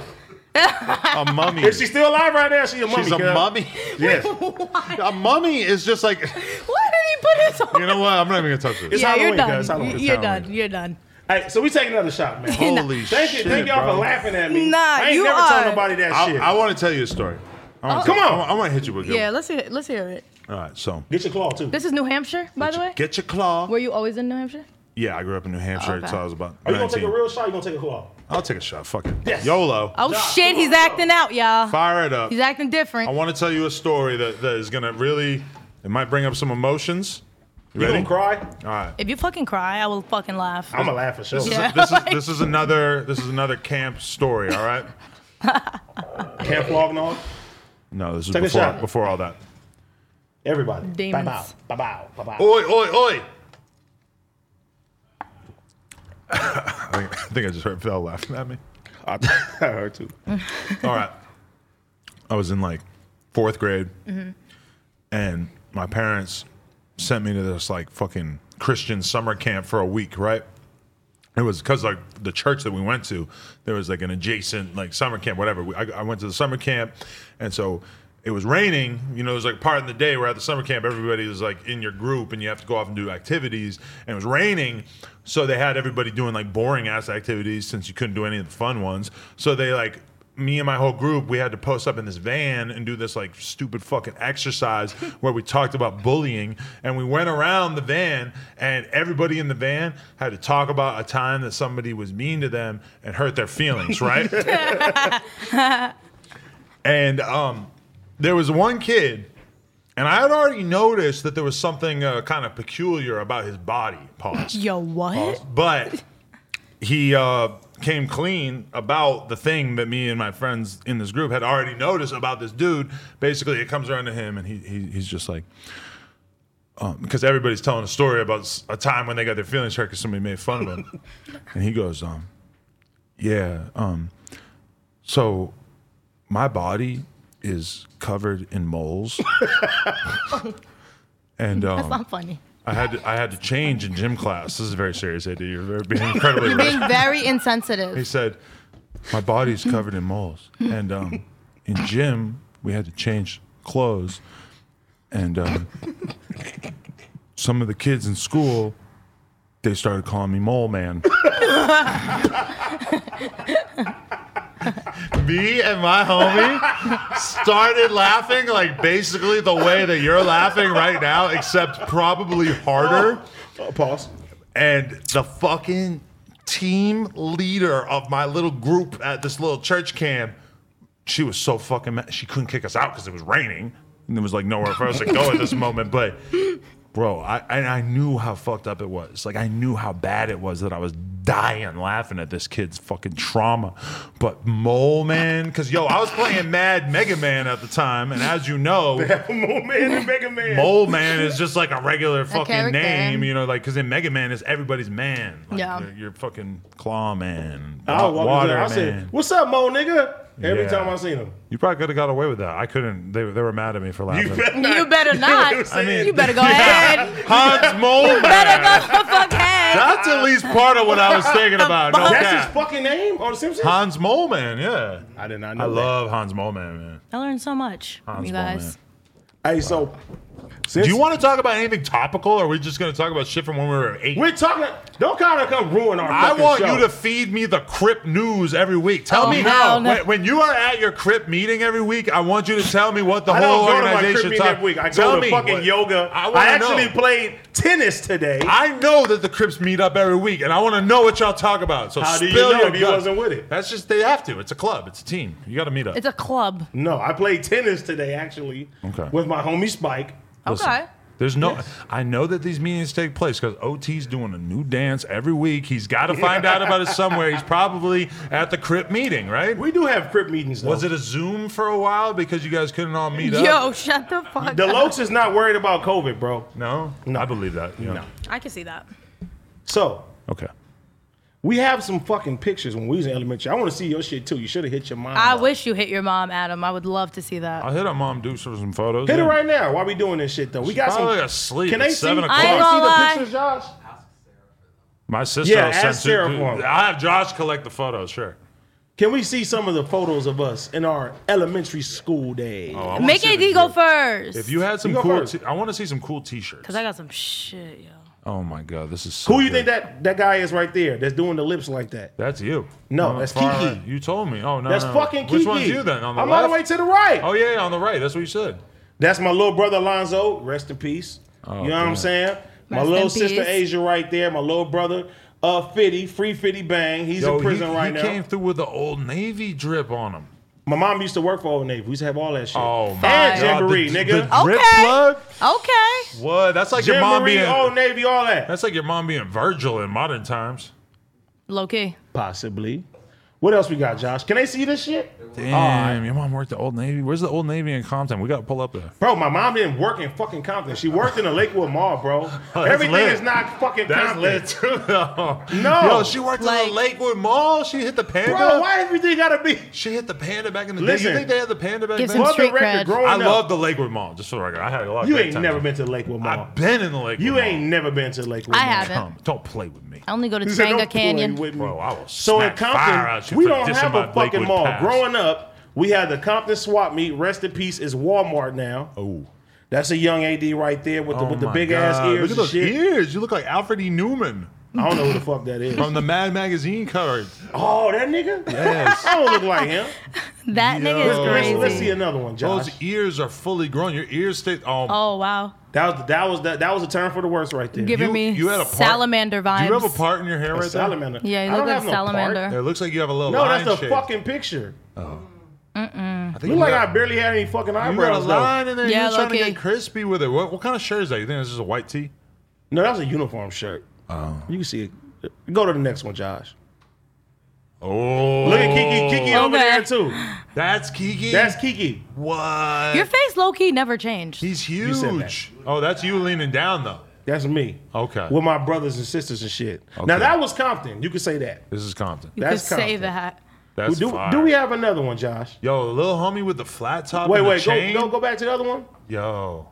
A mummy. If she's still alive right now, she a mummy. She's a cuz. [LAUGHS] mummy. Yes. A mummy is just like, Why did he put his on? you know what? I'm not even gonna touch this. It's yeah, Halloween, you're done. guys. Halloween. It's You're Halloween. done. You're done. Hey, so we take another shot, man. Holy Thank you, shit! thank y'all bro. for laughing at me. Nah, I ain't you never are- told nobody that I, shit. I want to tell you a story. I wanna Oh. tell- Come on. I want- I want to hit you with a good. Yeah, let's hear. Let's hear it. one. All right. So, Get your claw too. This is New Hampshire, by the way. get your claw. Were you always in New Hampshire? Yeah, I grew up in New Hampshire Okay. until I was about Are you gonna take 19. a real shot? Or you gonna take a claw? I'll take a shot. Fuck it. Yes. YOLO. Oh shit, he's acting out, y'all. Fire it up. He's acting different. I want to tell you a story that, that is going to really, it might bring up some emotions. You You ready? gonna cry? All right. if you fucking cry, I will fucking laugh. I'm gonna laugh for sure. This, is, this, is, this is another this is another camp story, all [LAUGHS] right? Can't flog no. No, this is Take a before, shot. before all that. Everybody. Demons. Bow, bow, bow, bow, bow. Oi, oi, oi. [COUGHS] I, think, I think I just heard Phil laughing at me. I heard too. [LAUGHS] All right. I was in like fourth grade, and my parents sent me to this like fucking Christian summer camp for a week, right? It was because like the church that we went to, there was like an adjacent like summer camp, whatever. We, I, I went to the summer camp, and so it was raining. You know, it was like part of the day where at the summer camp everybody was like in your group, and you have to go off and do activities. And it was raining, so they had everybody doing like boring ass activities since you couldn't do any of the fun ones. So they like me and my whole group, we had to post up in this van and do this like stupid fucking exercise where we talked about bullying. And we went around the van, and everybody in the van had to talk about a time that somebody was mean to them and hurt their feelings, right? and um, there was one kid, and I had already noticed that there was something uh, kind of peculiar about his body parts Yo, what? but he uh, came clean about the thing that me and my friends in this group had already noticed about this dude. Basically, it comes around to him, and he, he he's just like, um, because everybody's telling a story about s- a time when they got their feelings hurt because somebody made fun of [LAUGHS] them, and he goes, um, yeah, um, so my body is covered in [LAUGHS] moles, and um, That's not funny. I had to, I had to change in gym class. This is very serious, AD. You're very- being incredibly. You're being rude. very He [LAUGHS] insensitive. said, "My body's covered in moles, and um, in gym we had to change clothes, and um, some of the kids in school they started calling me Mole Man." [LAUGHS] me and my homie started laughing like basically the way that you're laughing right now, except probably harder. Uh, pause. And the fucking team leader of my little group at this little church camp, she was so fucking mad. She couldn't kick us out because it was raining and there was like nowhere for us to go at this moment. But bro, I and I knew how fucked up it was. Like I knew how bad it was that I was dying laughing at this kid's fucking trauma. But mole man, because yo, I was playing Mad Mega Man at the time, and as you [LAUGHS] know, Mole Man and Mega Man. Mole Man is just like a regular fucking character. name, you know, like because in Mega Man it's everybody's man. Like, Yeah. you're, you're fucking Claw Man, I wa- walked Water Water I Man. said, "What's up, Mo, nigga?" Every Yeah. time I seen him, you probably could have got away with that. I couldn't. They, they were mad at me for laughing. [LAUGHS] You better not. [LAUGHS] You I mean- you better [LAUGHS] go ahead. Hans Mole better Man. go the fuck ahead. That's at least part of what I was thinking about. No That's cap. his fucking name on The Simpsons. Hans Mole Man, yeah. I did not know. I that. love Hans Mole Man, man. I learned so much from Hans you Mole guys. Man. Hey, so Do you want to talk about anything topical, or are we just going to talk about shit from when we were eight? We're talking. Don't kind of come ruin our. I fucking want show. you to feed me the Crip news every week. Tell Oh, me hell how. no. When, when you are at your Crip meeting every week, I want you to tell me what the I whole don't go to my organization trip meeting talk- every week. I tell go to me fucking what- yoga. I, I, wanna actually know. played tennis today. I know that the Crips meet up every week, and I want to know what y'all talk about. So How do spill you know your if you guts. wasn't with it? That's just they have to. It's a club. It's a team. You got to meet up. It's a club. no, I played tennis today actually. Okay. With my homie Spike. Okay. There's no. I know that these meetings take place because OT's doing a new dance every week. He's got to find out about it somewhere. He's probably at the Crip meeting, right? We do have crip meetings. Though. Was it a Zoom for a while because you guys couldn't all meet up? Yo, shut the fuck The up. Lokes is not worried about COVID, bro. No? No. I believe that. Yeah. No. I can see that. So Okay. We have some fucking pictures when we was in elementary. I want to see your shit too. You should have hit your mom. I up. wish you hit your mom, Adam. I would love to see that. I'll hit her mom, do some some photos. Hit it yeah. right now. Why we doing this shit though? She We got some. probably asleep Can at they see? seven Can o'clock. they I ain't gonna lie. see the pictures, Josh? My sister. Yeah, will ask send to- Sarah for 'em. I'll have Josh collect the photos. Sure. Can we see some of the photos of us in our elementary school days? Oh, I wanna Make see the AD go good- first. If you had some You go cool, first. t- I want to see some cool T-shirts. Cause I got some shit, yo. Oh my god, this is so Who you good. think that that guy is right there? That's doing the lips like that. That's you. No, Oh, that's far Kiki. right. You told me. Oh no, That's no. fucking Kiki. Which one's you then? On the I'm left. all the way to the right. Oh yeah, yeah, on the right. That's what you said. That's my little brother Alonzo. Rest in peace. you know what I'm Oh, damn. saying? My Rest little in sister peace. Asia right there. My little brother uh Fitty, free Fitty Bang. He's Yo, in prison he, right he now. came through with the old navy drip on him. My mom used to work for Old Navy. We used to have all that shit. Oh my and God, Jamboree, the- nigga. the drip Okay. plug? Okay. What? That's like your mom Jamboree, oh, being. Old Navy, all that. That's like your mom being Virgil in modern times. Low key. Possibly. What else we got, Josh? Can they see this shit? Damn, your mom worked at Old Navy. Where's the Old Navy in Compton? We gotta pull up there. Bro, my mom didn't work in fucking Compton. She worked in the Lakewood Mall, [LAUGHS] bro. Oh, that's Everything lit. is not fucking Compton. too. No, No. [LAUGHS] Yo, she worked at Like- the Lakewood Mall. She hit the panda. [LAUGHS] Bro, why everything gotta be? She hit the panda back in the day. Listen. You think they had the panda back Give then? some For the street record, cred. growing I up, love the Lakewood Mall. Just so the record, I had a lot. Of Oh, you great ain't time never there. been to the Lakewood Mall. I've been in the Lakewood. You Mall. ain't never been to the Lakewood I Mall. [LAUGHS] haven't. Come, don't play with me, I only go to He said, "Don't Tanga play Canyon. with me." bro. I will. So in smack fire at Compton, you we for don't dissing have my a fucking Lakewood mall. past. Growing up, we had the Compton Swap Meet. Rest in peace is Walmart now. Oh. That's a young AD right there with the, Oh with the my big ass God, ears Look at and those shit. ears. You look like Alfred E. Newman I don't know who the fuck that is. from the Mad Magazine cover. oh, that nigga? Yes. [LAUGHS] I don't look like [LAUGHS] him. That Yo. nigga is Let's- crazy. Let's, let's see another one, Josh. Those e- ears are fully grown. Your ears stay. Oh, Oh wow. That was that was that, that was a term for the worst right there. Giving You- me you had a part- salamander vibes. do you have a part in your hair A right salamander. Yeah, you I look don't like have no salamander. part. there? It looks like you have a little. No, that's line the shape. fucking picture. I think Look like I got- barely had any fucking You got a eyebrows. though. line in there. Yeah, You're trying to low-key. get crispy with it. What, what kind of shirt is that? You think this is a white tee? No, that was a uniform shirt. Oh. You can see it. Go to the next one, Josh. Oh, Look at Kiki. Kiki over Okay. there too. That's Kiki. [LAUGHS] That's Kiki. what? Your face low key never changed. He's said huge. Oh, that's you leaning down though. That's me. Okay. With my brothers and sisters and shit. Okay. Now that was Compton. You could say that. This is Compton. you that's could say confident. that. That's do, fire. do we have another one, Josh? Yo, the little homie with the flat top. Wait, and the wait, go, chain? go go back to the other one. Yo,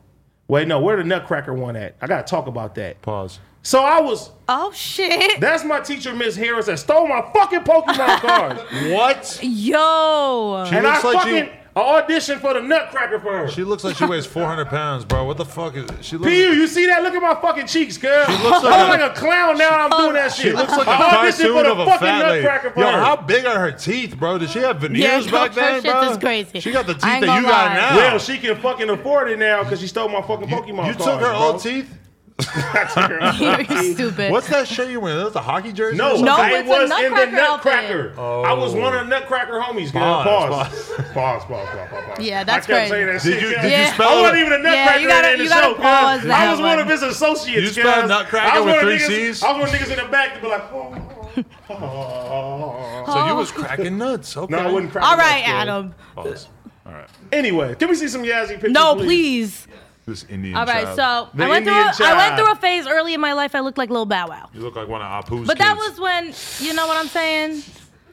Wait, no, where the Nutcracker one at? I gotta talk about that. pause. So I was Oh shit. that's my teacher, Miss Harris, that stole my fucking [LAUGHS] Pokemon card. What? Yo. She and I looks like fucking she. I auditioned for the Nutcracker for her. She looks like she weighs 400 pounds, bro. What the fuck is she? Looks, PU, you see that? Look at my fucking cheeks, girl. looks like I look a- like a clown now. I'm doing that shit. She looks like a [LAUGHS] I auditioned cartoon of a fat lady. for Yo, her. how big are her teeth, bro? Did she have veneers no, back her then, shit bro? is crazy. She got the I teeth ain't that you gonna got lie. now. Well, she can fucking afford it now because she stole my fucking Pokemon. you took cards, her bro. old teeth. You're stupid. What's that shirt you're wearing? That's a hockey jersey. or [LAUGHS] No, something? [LAUGHS] No, I it's a was in the Nutcracker outfit. Nutcracker. I was one of the Nutcracker homies. Girl. Oh. Pause, Pause. Pause. Pause. Pause. Pause. Pause. Yeah, that's I kept crazy. saying Did that shit, you- girl. did you Yeah. spell I wasn't it? even a Oh, Yeah, Nutcracker you gotta- in the you gotta show. girl. pause I that was one of one. his associates. You spelled girl. Nutcracker I was with one of three niggas- Cs? I was one of niggas in the back to be like, oh, oh, oh, oh. So you was cracking [LAUGHS] nuts. Okay. no, I wouldn't crack. All nuts, right, girl. Adam. Pause. All right. Anyway, can we see some Yazzie pictures? No, please. This Indian. All right, child. so The I went Indian through. A, I went child. through a phase early in my life. I looked like Lil Bow Wow, you look like one of Apu's. but that kids. was when you know what I'm saying.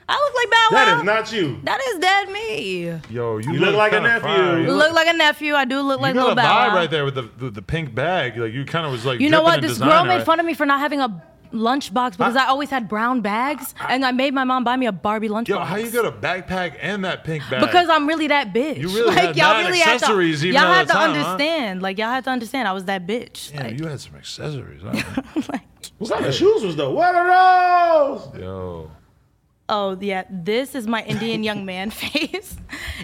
I look like Bow Wow. That is not you. That is dead me. Yo, you, You look like a kinda nephew. fire. You You Look like a nephew. I do look You like got Lil a Bow vibe Wow. right there with the, the the pink bag. Like you kind of was like. You know dripping in what? This designer, girl made right? fun of me for not having a lunchbox because I, always had brown bags, and I made my mom buy me a Barbie lunchbox. Yo, how you got a backpack and that pink bag? Because I'm really that bitch. You [LAUGHS] really had nine accessories to, even y'all at had the to time, huh? understand. Like y'all had to understand. I was that bitch. Damn, Like, you had some accessories. [LAUGHS] huh? What kind of shoes was though? What are those? Yo, oh yeah, this is my Indian young man [LAUGHS] face.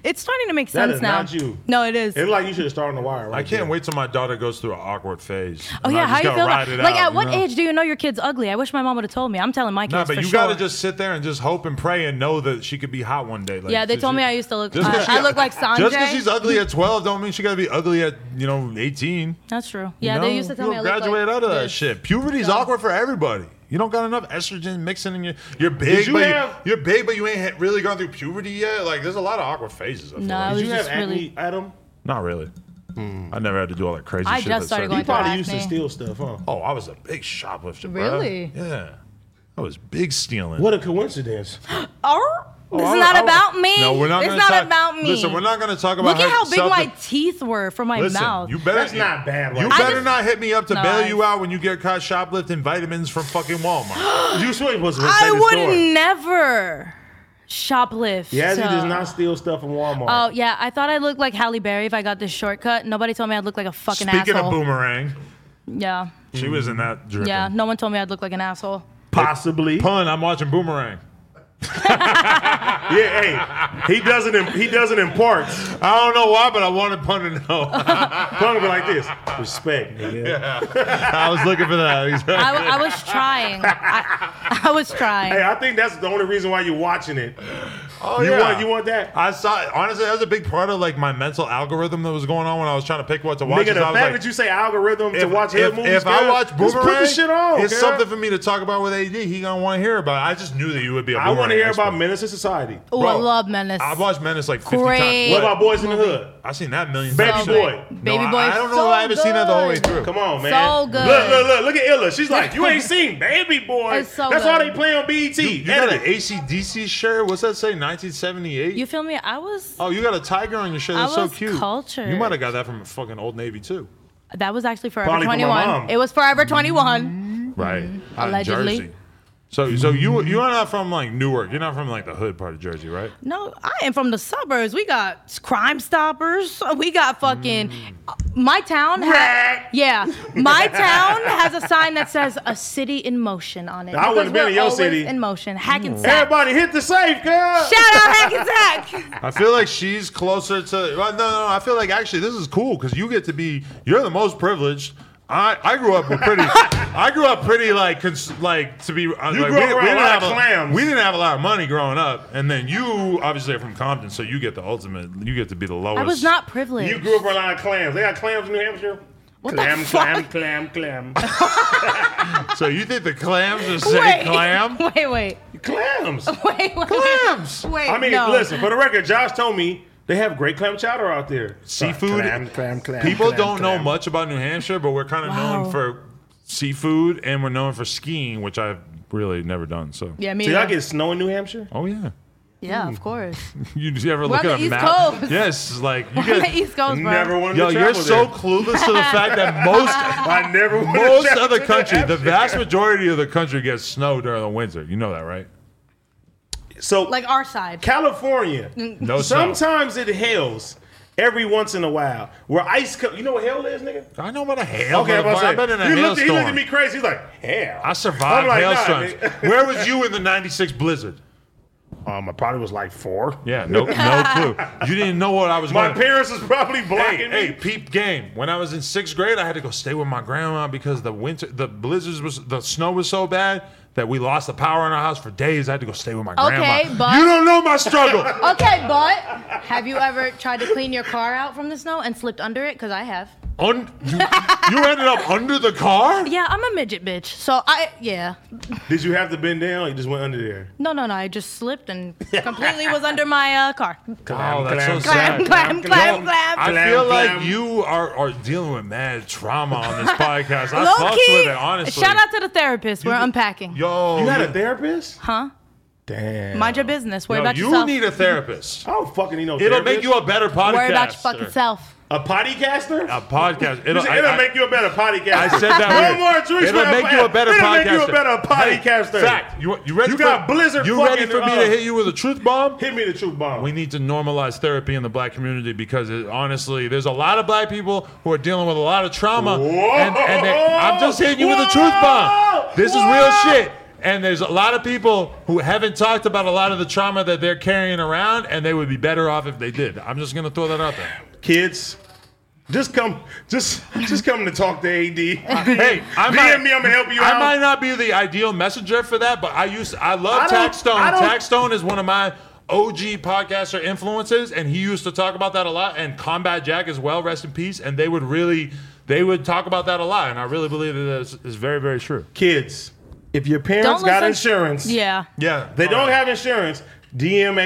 It's starting to make That sense is now. not you. No, it is. It's like you should have started on the wire. Right I can't there. wait till my daughter goes through an awkward phase. Oh and yeah, I how just you gotta feel? ride About, it like out, at what you know? age do you know your kid's ugly? I wish my mom would have told me. I'm telling my kids Nah, but for you sure. gotta just sit there and just hope and pray and know that she could be hot one day. Like, Yeah, they so told she- me I used to look. Just 'cause I, she- Uh, I look like Sanjay. Just because she's ugly at 12 don't mean she gotta be ugly at, you know, 18. That's true. Yeah, No, they used to tell you me I don't look graduate like out of that this. shit. Puberty's awkward for everybody. You don't got enough estrogen mixing in your. You're Did big, you but you- have- you're big, but you ain't really gone through puberty yet. Like, there's a lot of awkward phases. I feel No, like. I was Did you have just acne, really. Adam? not really. Hmm. I never had to do all that crazy I shit. just that started said- going You probably Acne. used to steal stuff, huh? Oh, I was a big shoplifter. bruh. Really? Yeah. That was big stealing. What a [GASPS] coincidence. Oh, it's I- not I- about me. No, we're not It's gonna not talk- about me. listen, we're not gonna talk about Look at how how big self- my teeth were for my Listen, mouth. you better That's not bad, You right? better I just- not hit me up to No, bail I- you out when you get caught shoplifting vitamins from fucking Walmart. you swear it was a I Mercedes would store. never shoplift. Yazzie so- does not steal stuff from Walmart. Oh yeah, I thought I looked like Halle Berry if I got this shortcut. Nobody told me I'd look like a fucking Speaking asshole. of boomerang, yeah, she was in that dripping. yeah. No one told me I'd look like an asshole. Possibly. Pun, I'm watching Boomerang. Yeah, hey, he does it in he does it in parts. I don't know why, but I wanted Pun to [LAUGHS] know. [LAUGHS] Pun would be like this. Respect, nigga. I was looking for [LAUGHS] that. Exactly. I, I [LAUGHS] was trying. I, I was trying. Hey, I think that's the only reason why you're watching it. Oh, you yeah. want you want that? I saw honestly that was a big part of like my mental algorithm that was going on when I was trying to pick what to watch. nigga, is the I fact was like, that you say algorithm to if, watch hit if, movies, if I girl, watch just Boomerang, put the shit on. it's girl. something for me to talk about with AD. He gonna want to hear about. it. I just knew that you would be. a I want to hear about Menace to Society. Oh, I Bro, love Menace. I've watched Menace like fifty Great. times. What about Boys in the Hood? I've seen that million Baby times. Boy. No, Baby I- Boy I, is don't know so if I haven't seen that the whole way good. through. Come on, man. So good. Look, look, look, look at Illa. She's like, you ain't seen Baby Boy. It's so That's all good. they play on E BET. You, you got an ACDC shirt? What's that say? 1978. You feel me? I was. oh, you got a tiger on your shirt. I That's so was cute. cultured. You might have got that from a fucking Old Navy too. That was actually Forever Probably for my 21. mom. It was Forever 21. Right. Out in Mm-hmm. Allegedly. Jersey. So, so you you are not from like Newark. You're not from like the hood part of Jersey, right? No, I am from the suburbs. We got Crime Stoppers. We got fucking. Mm. My town. Ha- yeah. [LAUGHS] My town has a sign that says a city in motion on it. I wouldn't because been we're in your always city. Mm. In motion. Hackensack. Everybody hit the safe, girl. Shout [LAUGHS] out Hackensack. I feel like she's closer to. Well, no, no. I feel like actually this is cool because you get to be. You're the most privileged. I, I grew up with pretty. I grew up pretty like cons, like to be. You like, grew up around a lot of clams. We didn't have a lot of money growing up, and then you obviously are from Compton, so you get the ultimate. You get to be the lowest. I was not privileged. You grew up around a lot of clams. They got clams in New Hampshire? What the clam, fuck? [LAUGHS] clam, clam, clam, So you think the clams are say Wait, [LAUGHS] clam? Wait, wait, Clams. wait, wait. Clams. [LAUGHS] Wait, I mean, no. listen, for the record, Josh told me they have great clam chowder out there. Seafood. Clam, clam, clam. People clam, don't know clam. much about New Hampshire, but we're kind of Wow. known for seafood and we're known for skiing, which I've really never done. So, Yeah, me. Do y'all neither. get Mm. snow in New Hampshire? oh yeah, yeah, of [LAUGHS] course. you just ever look on at the a East map? Coast. Yes, like you On the get, [LAUGHS] East Coast, bro. Never wanted yo, to you're travel so there. clueless to the fact that [LAUGHS] most I never wanted to Ah, most travel of the to country, the Hampshire. vast majority of the country gets snow during the winter. You know that, right? So, like mm, our side. California. No snow. Sometimes it hails every once in a while. Where ice, co- you know what hail is, nigga? I know about a hail. Okay, I'm motherfucker. about to say, I've been in a you looked, at- hailstorm. he looked at me crazy. He's like, hell. I survived hailstorms. Nah, [LAUGHS] nigga. Where was you in the '96 [LAUGHS] blizzard? um, I probably was like four. Yeah, no, no clue. You didn't know what I was. My going parents is probably Hey, blocking me. hey, peep game. When I was in sixth grade, I had to go stay with my grandma because the winter, the blizzards was, the snow was so bad that we lost the power in our house for days. I had to go stay with my grandma. Okay, but- you don't know my struggle. [LAUGHS] Okay, but have you ever tried to clean your car out from the snow and slipped under it? Because I have. Un- you, you ended up under the car. Yeah, I'm a midget bitch. So I, yeah. Did you have to bend down? Or you just went under there. No, no, no. I just slipped and completely was under my uh, car. Wow, that's so Clam, sad. clam, clam, I clam. feel Clam, like clam. you are, are dealing with mad trauma on [LAUGHS] this podcast. I Low fucked key. with it, honestly. Shout out to the therapist. We're You- unpacking. Yo, You had a therapist? Huh? Damn. Mind your business. Worry yo, about you yourself. need a therapist. I don't fucking need no It'll make you a better podcast. Worry about your fucking self. a potty caster. A podcast. It'll, It'll, I- I- make you a better potty I caster. said [LAUGHS] that. No more drinks It'll for make you a better It'll podcaster. make you a better potty Hey, caster. Fact. You, you ready? You for, got Blizzard You fucking- ready for me to uh, hit you with a truth bomb? Hit me the truth bomb. We need to normalize therapy in the black community because it, honestly, there's a lot of black people who are dealing with a lot of trauma. And, and they- I'm just hitting you with a truth bomb. This Whoa! is real shit. And there's a lot of people who haven't talked about a lot of the trauma that they're carrying around, and they would be better off if they did. I'm just gonna throw that out there. Kids, just come, just just come to talk to AD. Hey, [LAUGHS] I DM might, me, I'm gonna help you I out. might not be the ideal messenger for that, but I used I love I don't- Tax Stone. I don't- Tax Stone is one of my OG podcaster influences, and he used to talk about that a lot. And Combat Jack as well, rest in peace. And they would really they would talk about that a lot, and I really believe that this is very very true. Kids, if your parents got listen- insurance, Yeah. Yeah, they don't have insurance. DM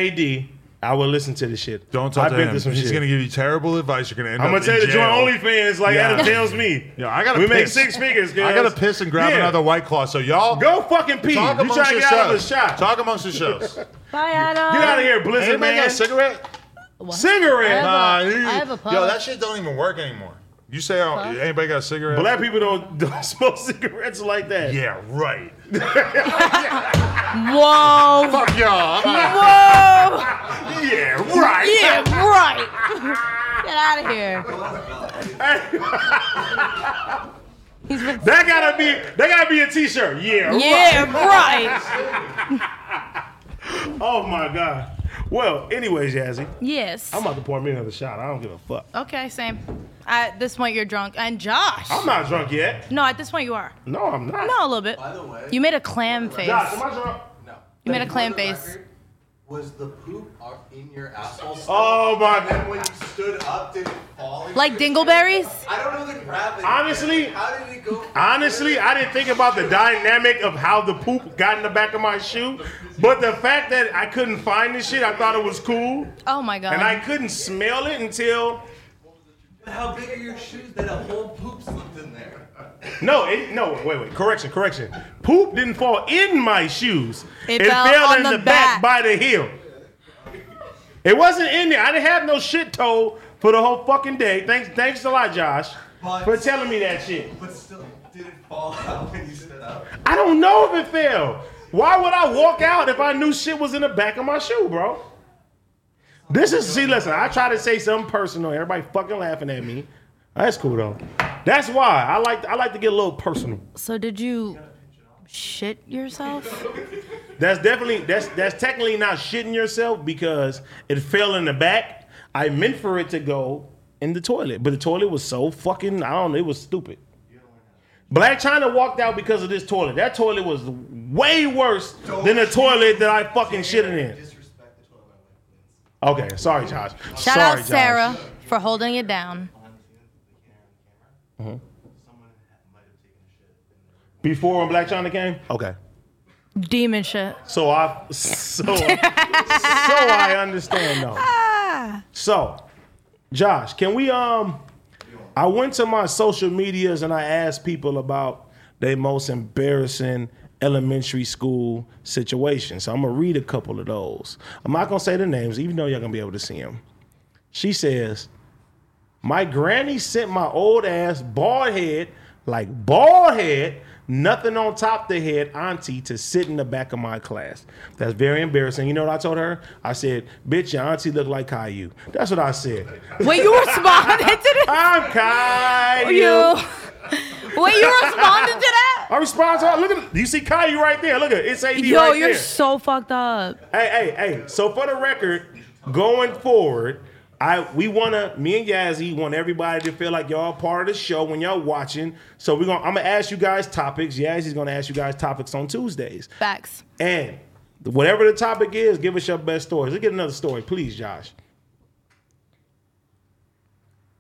AD. I will listen to this shit. Don't talk I've to been him. through some He's shit. gonna give you terrible advice. You're gonna end I'm up gonna tell you in to jail. join OnlyFans like Yeah. Adam tells me. Yo, I gotta We make piss. six figures. I guys. gotta piss and grab Yeah. another white claw. So y'all Go fucking pee. Talk you trying amongst to get out of the yourselves. shot? Talk amongst yourselves. Bye, Adam. Get out of here, Blizzard Anybody man. got a cigarette? Cigarette. Nah, I you- have a puff. Yo, that shit don't even work anymore. You say, oh, Puff? anybody got a cigarette? Black people don't, [LAUGHS] don't smoke cigarettes like that. yeah, right. Whoa. [LAUGHS] Fuck y'all. I'm out. Whoa. yeah, right. [LAUGHS] Yeah, right. [LAUGHS] Get out of here. He's been, That gotta be that gotta be a t-shirt. Yeah. yeah, right. Oh my god. Well, anyways, Yazzie, Yes. I'm about to pour me another shot. I don't give a fuck. okay, same. At this point, you're drunk. And Josh. I'm not drunk yet. no, at this point, you are. No, I'm not. No, a little bit. You made a clam face. Josh, am I drunk? You made a clam face. record, Was the poop up in your asshole? still? Oh my And god. when you stood up, did it fall? in Like your- dingleberries? I don't know the gravity. Honestly- how did it go? from Honestly, I didn't think about the dynamic of how the poop got in the back of my shoe, but the fact that I couldn't find this shit, I thought it was cool, Oh my god. and I couldn't smell it until there- How big are your shoes that a whole poop slipped in there? no, it, no, wait, wait, correction, correction. Poop didn't fall in my shoes. It fell on in the the back. back. by the heel. It wasn't in there. I didn't have no shit told for the whole fucking day. Thanks, thanks a lot, Josh, But- for telling me that shit. But still, did it fall [LAUGHS] out when you stood up? I don't know if it fell. Why would I walk out if I knew shit was in the back of my shoe, bro? This is see, listen. I try to say something personal. Everybody fucking laughing at me. That's cool though. That's why I like I like to get a little personal. so did you shit yourself? That's definitely that's that's technically not shitting yourself because it fell in the back. I meant for it to go in the toilet, but the toilet was so fucking I don't know. It was stupid. Black China walked out because of this toilet. That toilet was way worse than the toilet that I fucking shitted in. Disrespect the toilet. Okay, sorry, Josh. Shout sorry, out Josh. Sarah for holding it down. Before when Black China came. Okay. Demon shit. So I so so I understand now. So, Josh, can we um I went to my social medias and I asked people about their most embarrassing elementary school situation. So I'm gonna read a couple of those. I'm not gonna say the names, even though y'all gonna be able to see them. She says, My granny sent my old ass bald head, like bald head, nothing on top the head, auntie, to sit in the back of my class. That's very embarrassing. You know what I told her? I said, Bitch, your auntie look like Caillou. That's what I said. Wait, you responded to [LAUGHS] I'm Caillou. this? [LAUGHS] Wait, you responded to that? I respond to her. Look at you see Caillou right there. Look at it. it's AD Yo, [LAUGHS] right you're there. so fucked up. Hey, hey, hey. So for the record, going forward, I we wanna me and Yazzie want everybody to feel like y'all part of the show when y'all watching. So we're gonna I'm gonna ask you guys topics. Yazzie's gonna ask you guys topics on Tuesdays. Facts. And whatever the topic is, give us your best stories. Let's get another story, please, Josh.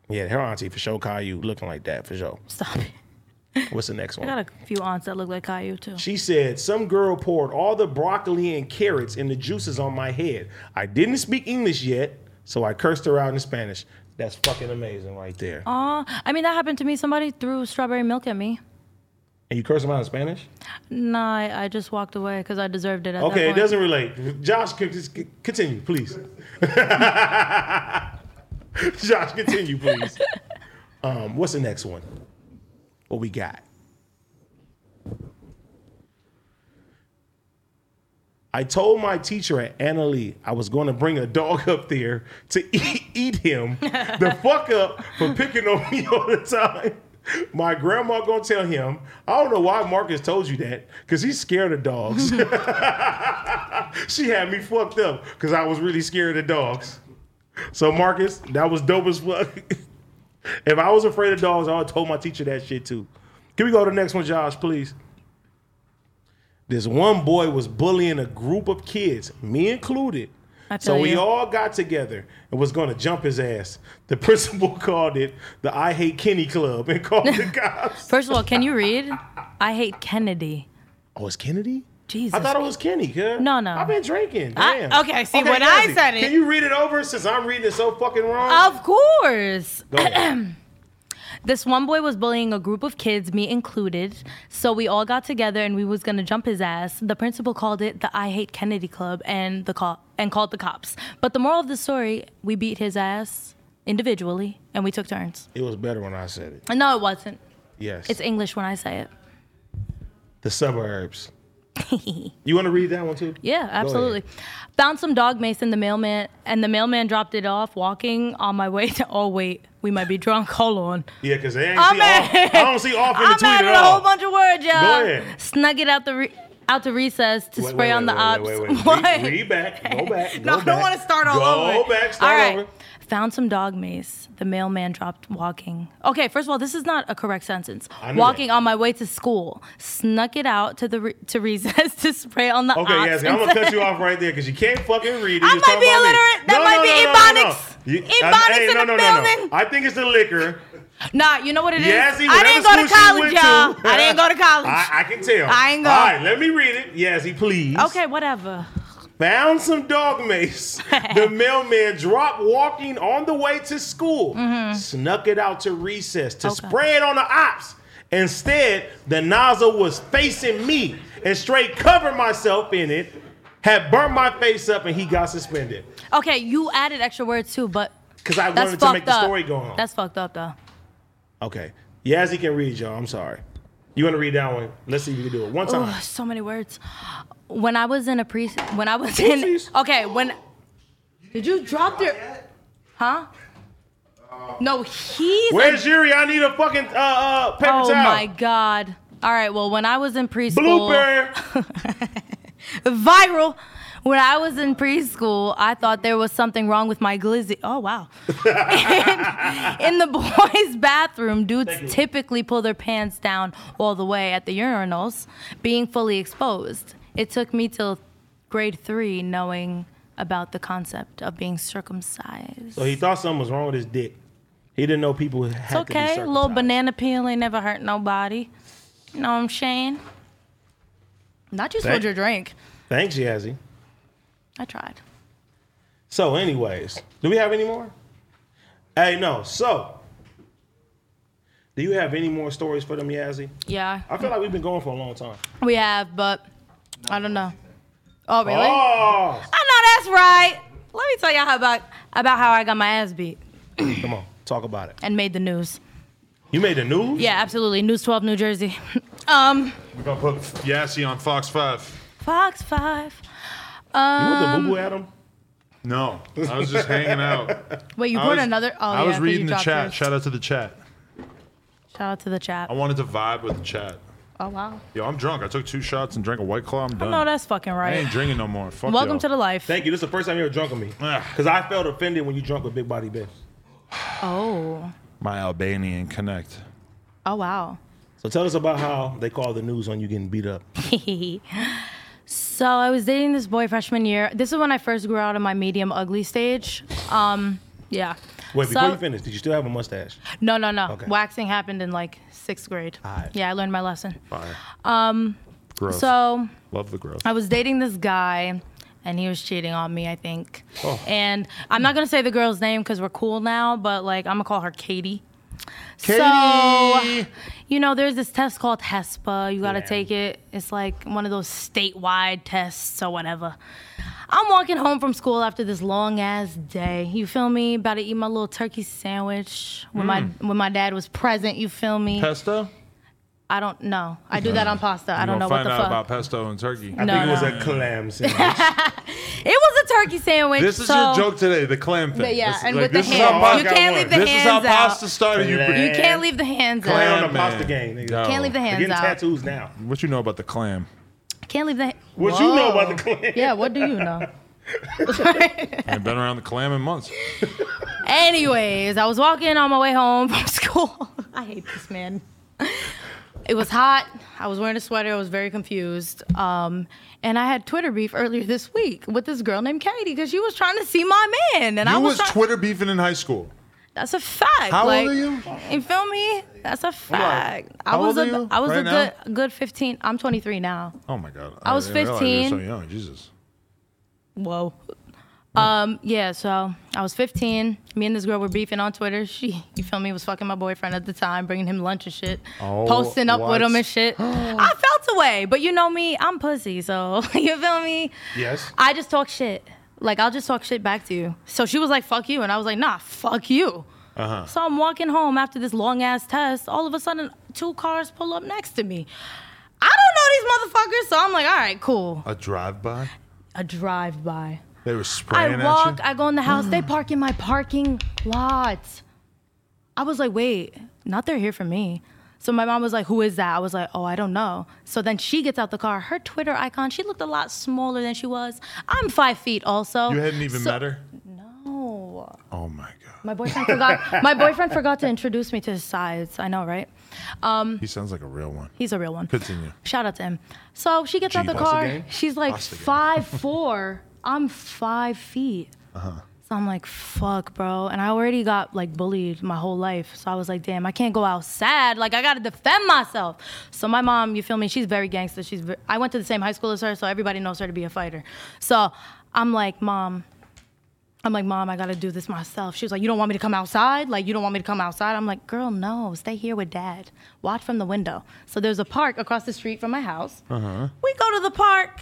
Yeah, her auntie for sure, Caillou, looking like that for sure. Stop it. What's the next one? I got a few aunts that look like Caillou too. She said, Some girl poured all the broccoli and carrots and the juices on my head. I didn't speak English yet, so I cursed her out in Spanish. That's fucking amazing right there. Aw, I mean that happened to me. Somebody threw strawberry milk at me. and you curse them out in Spanish? Nah, I, I just walked away because I deserved it. At that Okay, it point. doesn't relate. Josh, c- c- continue, please. [LAUGHS] Josh, continue, please. Um, what's the next one? What we got? I told my teacher at Anna Lee I was going to bring a dog up there to [LAUGHS] eat, eat him [LAUGHS] the fuck up for picking on me [LAUGHS] all the time. My grandma gonna tell him. I don't know why Marcus told you that because he's scared of dogs. she had me fucked up because I was really scared of dogs. So Marcus, that was dope as fuck. [LAUGHS] if I was afraid of dogs, I would have told my teacher that shit too. Can we go to the next one, Josh, please? This one boy was bullying a group of kids, me included. I So feel we you. all got together and was going to jump his ass. The [LAUGHS] principal called it the I Hate Kenny Club [LAUGHS] and called the cops. First of all, can you read? I hate Kennedy. Oh, it's Kennedy? Jesus. I thought it was Kenny. Kid. No, no. I've been drinking. I- Damn. okay, see, when I Yazzie, said it- Oh. Can you read it over since I'm reading it so fucking wrong? Of course. Go ahead. this one boy was bullying a group of kids, me included. So we all got together and we was gonna jump his ass. The principal called it the I Hate Kennedy Club and the call and called the cops. But the moral of the story, we beat his ass individually and we took turns. It was better when I said [CLEARS THROAT] it. No, it wasn't. Yes. It's English when I say it. the [LAUGHS] suburbs. you want to read that one too? Yeah, Go ahead. absolutely. Found some dog mace in the mailman, and the mailman dropped it off walking on my way to. Oh wait, we might be drunk. [LAUGHS] Hold on. Yeah, because I I'm don't see off in the [LAUGHS] I'm tweet added at a whole all. bunch of words, y'all. Go ahead. Snug it out the re- out the recess to Wait, spray wait, on wait, the wait, ops. wait, wait, wait. What? [LAUGHS] Read- read back. Go back. no, Go I don't back. want to start all Go over. back, start all right. over. Found some dog mace. The mailman dropped walking. Okay, first of all, this is not a correct sentence. I knew Walking that. on my way to school, snuck it out to the re- to recess [LAUGHS] to spray on the Okay, ops. Yazzie, and I'm gonna cut [LAUGHS] said- you off right there because you can't fucking read. it. I You might talking about me. be illiterate. That No, might no, no, be no, no, no. Ebonics. You- I- Ebonics hey, in no, the no, no, no. building. I think it's the liquor. Nah, you know what it is? Yazzie, I whatever didn't go school to she college, went y'all. to. I [LAUGHS] didn't go to college. I, I can tell. I ain't All gonna- right, let me read it. Yazzie, please. okay, whatever. Found some dog [LAUGHS] mace. the mailman dropped walking on the way to school. Mm-hmm. Snuck it out to recess to spray it on the ops. Instead, the nozzle was facing me and straight covered myself in it. Had burnt my face up and he got suspended. Okay, you added extra words too, but Because I that's wanted to fucked make up. the story go on. That's fucked up though. okay. Yazzie can read, y'all. I'm sorry. You want to read that one? Let's see if you can do it. One time. Ugh, so many words. When I was in a pre, when I was in, okay, when did you drop your, huh? Uh, No, he's. a- Where's Yuri? I need a fucking uh, uh, paper oh towel. my god! All right, well, when I was in preschool, Blooper. viral. When I was in preschool, I thought there was something wrong with my glizzy. [LAUGHS] Oh wow! in, in the boys' bathroom, dudes typically pull their pants down all the way at the urinals, being fully exposed. It took me till grade three knowing about the concept of being circumcised. So he thought something was wrong with his dick. He didn't know people It's had Oh, to be okay, a little banana peel ain't never hurt nobody. You know what I'm saying? Not you spilled Thank- your drink. Thanks, Yazzie. I tried. So, anyways, do we have any more? Hey, no. So, do you have any more stories for them, Yazzie? Yeah. I feel like we've been going for a long time. We have, but I don't know. Oh, really? Oh, I know that's right. Let me tell y'all how about about how I got my ass beat come on, talk about it. and made the news. You made the news. Yeah, absolutely. News 12, New Jersey. [LAUGHS] um, We're gonna put Yassi on Fox Five. Fox 5. You Um, want the boo at him? No, I was just [LAUGHS] hanging out. Wait, you I poured was- another? Oh, I yeah, was 'cause you reading the dropped chat. Oh, yours. Shout out to the chat. Shout out to the chat. I wanted to vibe with the chat. Oh, wow. Yo, I'm drunk. I took two shots and drank a white claw. I'm done. No, that's fucking I right. ain't drinking no more. Fuck Welcome y'all. to the life. Thank you. This is the first time you ever drunk with me. Because I felt offended when you drunk with Big Body Ben. Oh. my Albanian connect. Oh, wow. So tell us about how they call the news on you getting beat up. so I was dating this boy freshman year. This is when I first grew out of my medium ugly stage. Um, yeah. Wait, So- before you finish, did you still have a mustache? No, no, no. Okay. Waxing happened in like sixth grade. Alright. Yeah, I learned my lesson. Fire. Um, Growth. so Love the growth. I was dating this guy, and he was cheating on me. I think. Oh. And I'm not gonna say the girl's name because we're cool now, but like I'm gonna call her Katie. So, Katie! you know, there's this test called HESPA. You gotta Yeah. take it. It's like one of those statewide tests or whatever. I'm walking home from school after this long ass day. You feel me? About to eat my little turkey sandwich when my Mm. when my dad was present. You feel me? Pesto? I don't know. I do that on pasta. I You don't gonna know what find the out fuck. about pesto and turkey. I No, think it was no. a clam [LAUGHS] It was a turkey sandwich. This is so- your joke today, the clam thing. But yeah, This is- and like, with the this is how hands. pasta- You can't leave the This is how hands out. pasta started. You, You can't leave the hands clam out. the pasta game, nigga. Can't leave the They're hands getting out. tattoos now. What you know about the clam? Can't leave the. What you know about Whoa. the clam? Yeah, what do you [LAUGHS] know? I ain't been around the clam in months. Anyways, I was walking on my way home from [LAUGHS] school. I hate this man. It was hot. I was wearing a sweater. I was very confused. Um, and I had Twitter beef earlier this week with this girl named Katie because she was trying to see my man, [LAUGHS] and I you was, was, try- Twitter beefing in high school. That's a fact. How old like, are you? You feel me? That's a fact. I how was old a are you I was right a now? good good 15. I'm 23 now. Oh my god. I was didn't realize you were 15. So young, Jesus. Whoa. Um, yeah, so I was 15. Me and this girl were beefing on Twitter. She, you feel me, was fucking my boyfriend at the time, bringing him lunch and shit, Oh, posting up what? with him [GASPS] and shit. I felt away, but you know me, I'm pussy, so [LAUGHS] you feel me? Yes. I just talk shit. Like, I'll just talk shit back to you. So she was like, fuck you. And I was like, nah, fuck you. Uh So I'm walking home after this long ass test. All of a sudden, two cars pull up next to me. I don't know these motherfuckers, so I'm like, all right, cool. A drive by. A drive by. They were spraying I walk, at you. I go in the house, they park in my parking lot. I was like, wait, not they're here for me. So my mom was like, who is that? I was like, oh, I don't know. So then she gets out the car. Her Twitter icon, she looked a lot smaller than she was. I'm five feet also. you hadn't even So- met her. No. Oh my god. My boyfriend forgot my boyfriend forgot to introduce me to his sides. I know, right? Um, He sounds like a real one. he's a real one. Continue. Shout out to him. So she gets out the Jeebus. Pasta car. gang? She's like Pasta gang. five four. I'm five feet. Uh huh. So I'm like, fuck, bro. And I already got like bullied my whole life. So I was like, damn, I can't go out sad. Like, I gotta defend myself. So my mom, you feel me? She's very gangster. She's ve- I went to the same high school as her, so everybody knows her to be a fighter. So I'm like, mom, I'm like, mom, I gotta do this myself. She was like, you don't want me to come outside? Like, you don't want me to come outside? I'm like, girl, no, stay here with dad. Watch from the window. So there's a park across the street from my house. Uh huh. We go to the park.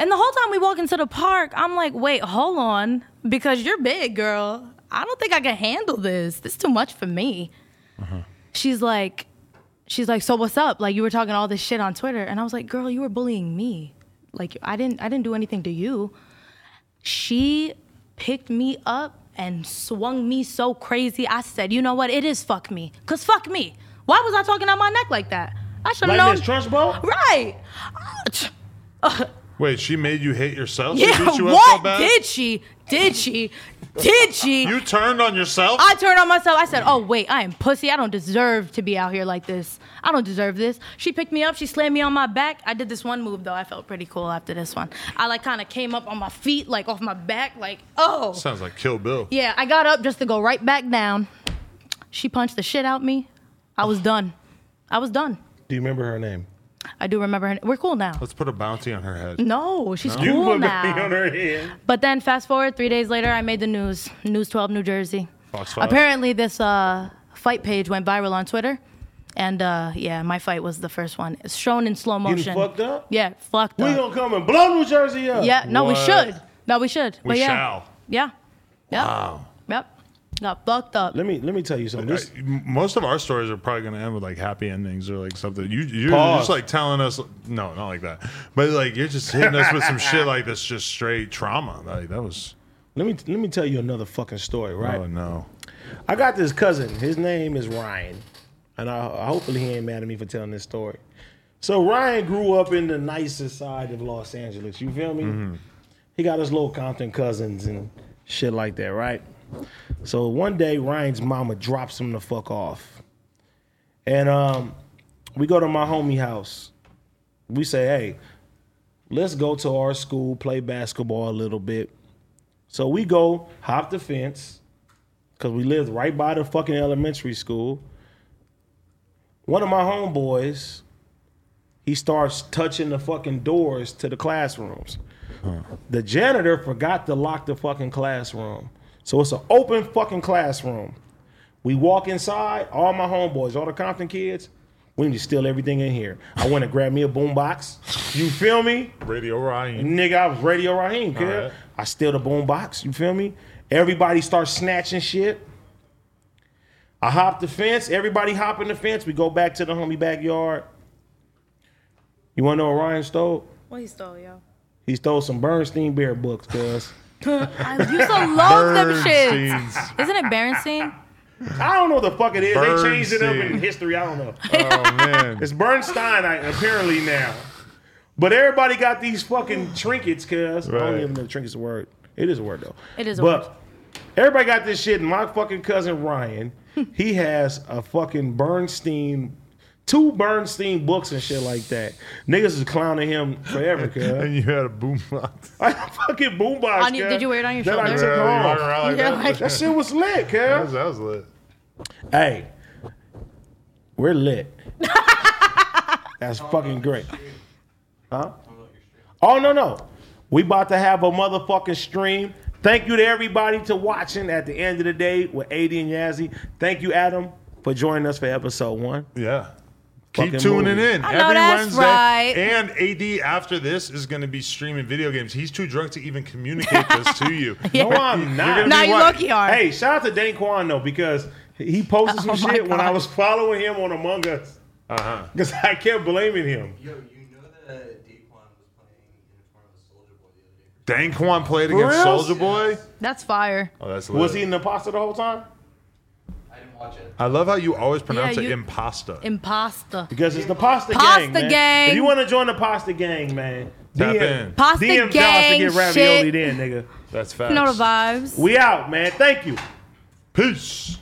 And the whole time we walk into the park, I'm like, wait, hold on. Because you're big, girl. I don't think I can handle this. This is too much for me. Mm-hmm. She's like, she's like, so what's up? Like you were talking all this shit on Twitter. And I was like, girl, you were bullying me. Like I didn't I didn't do anything to you. She picked me up and swung me so crazy. I said, you know what? It is fuck me. Cause fuck me. Why was I talking out my neck like that? I should have Like known. Miss Trunchbull? Right. Wait, she made you hate yourself? She Yeah, beat you up so what bad? did she? Did she? Did she? You turned on yourself? I turned on myself. I said, "Oh wait, I am pussy. I don't deserve to be out here like this. I don't deserve this." She picked me up. She slammed me on my back. I did this one move though. I felt pretty cool after this one. I like kind of came up on my feet, like off my back, like oh. Sounds like Kill Bill. Yeah, I got up just to go right back down. She punched the shit out me. I was done. I was done. Do you remember her name? I do remember her. We're cool now. Let's put a bounty on her head. No, she's You cool put me now. on her head. But then fast forward three days later, I made the news. News 12, New Jersey. Fox five. Apparently, this uh, fight page went viral on Twitter. And uh, yeah, my fight was the first one. It's shown in slow Getting motion. fucked up? Yeah, fucked We up. gonna come and blow New Jersey up. yeah, no, we should. No, we should. We but yeah. shall. Yeah. Yep. Wow. Yep. Got fucked up. Let me let me tell you something. I- most of our stories are probably going to end with like happy endings or like something. You, you're Pause. just like telling us, no, not like that. But like you're just hitting us with some shit like that's just straight trauma. Like that was. Let me let me tell you another fucking story, right? Oh no. I got this cousin. His name is Ryan, and I, I- hopefully he ain't mad at me for telling this story. So Ryan grew up in the nicer side of Los Angeles. You feel me? He got his little Compton cousins and shit like that, right? So one day Ryan's mama drops him the fuck off, and um, we go to my homie house. We say, hey, let's go to our school, play basketball a little bit. So we go hop the fence because we lived right by the fucking elementary school. One of my homeboys, he starts touching the fucking doors to the classrooms. The janitor forgot to lock the fucking classroom. So it's an open fucking classroom. We walk inside, all my homeboys, all the Compton kids, we need to steal everything in here. I went and grabbed me a boombox. You feel me? Radio Ryan. Nigga, I was Radio Raheem, All kid. right. I steal the boom box, you feel me? Everybody starts snatching shit. I hop the fence. Everybody hop in the fence. We go back to the homie backyard. You wanna know what Ryan stole? What he stole, yo? He stole some Bernstein Bear [LAUGHS] books, cuz. [LAUGHS] I used to love them shits. Bernsteins. Isn't it Bernstein? I don't know what the fuck it is. They changed it up in history. I don't know. Oh man. [LAUGHS] It's Bernstein I, apparently now. But everybody got these fucking trinkets, cuz. I don't Right. even know if trinkets a word. It is a word though. It is a but word. everybody got [LAUGHS] this shit. And my fucking cousin Ryan, he has a fucking Bernstein two Bernstein books and shit like that. Niggas is clowning him forever, cuz. and you had a boombox. I had a fucking boombox. On you- cuz, did you wear it on your that I shoulder? took Yeah, you walking home. around like [LAUGHS] Yeah, that. [LAUGHS] like- that shit was lit, cuz. That was, that was lit. Hey, we're lit. That's fucking great. Huh? Oh no no, we about to have a motherfucking stream. Thank you to everybody to watching. At the end of the day, with AD and Yazzie. Thank you, Adam, for joining us for episode one. Yeah. Fucking Keep tuning movies. in I every know that's Wednesday. right. And AD after this is going to be streaming video games. He's too drunk to even communicate this to [LAUGHS] you. No, I'm You're not. gonna be right. Hey, shout out to Dan Kwan though because he posted some shit when I was following him on Among Us Uh-huh. because I kept blaming him. Dankwan played For against real? Soldier Boy. That's fire. Oh, that's lit. Was he an imposter the whole time? I love how you always pronounce you- it impasta. Impasta. Because it's the pasta, Pasta gang. man. gang. If you want to join the pasta gang, man, Tap DM, in. Pasta DM Josh gang, to get ravioli shit. then, nigga. That's You know the vibes. We out, man. Thank you. Peace.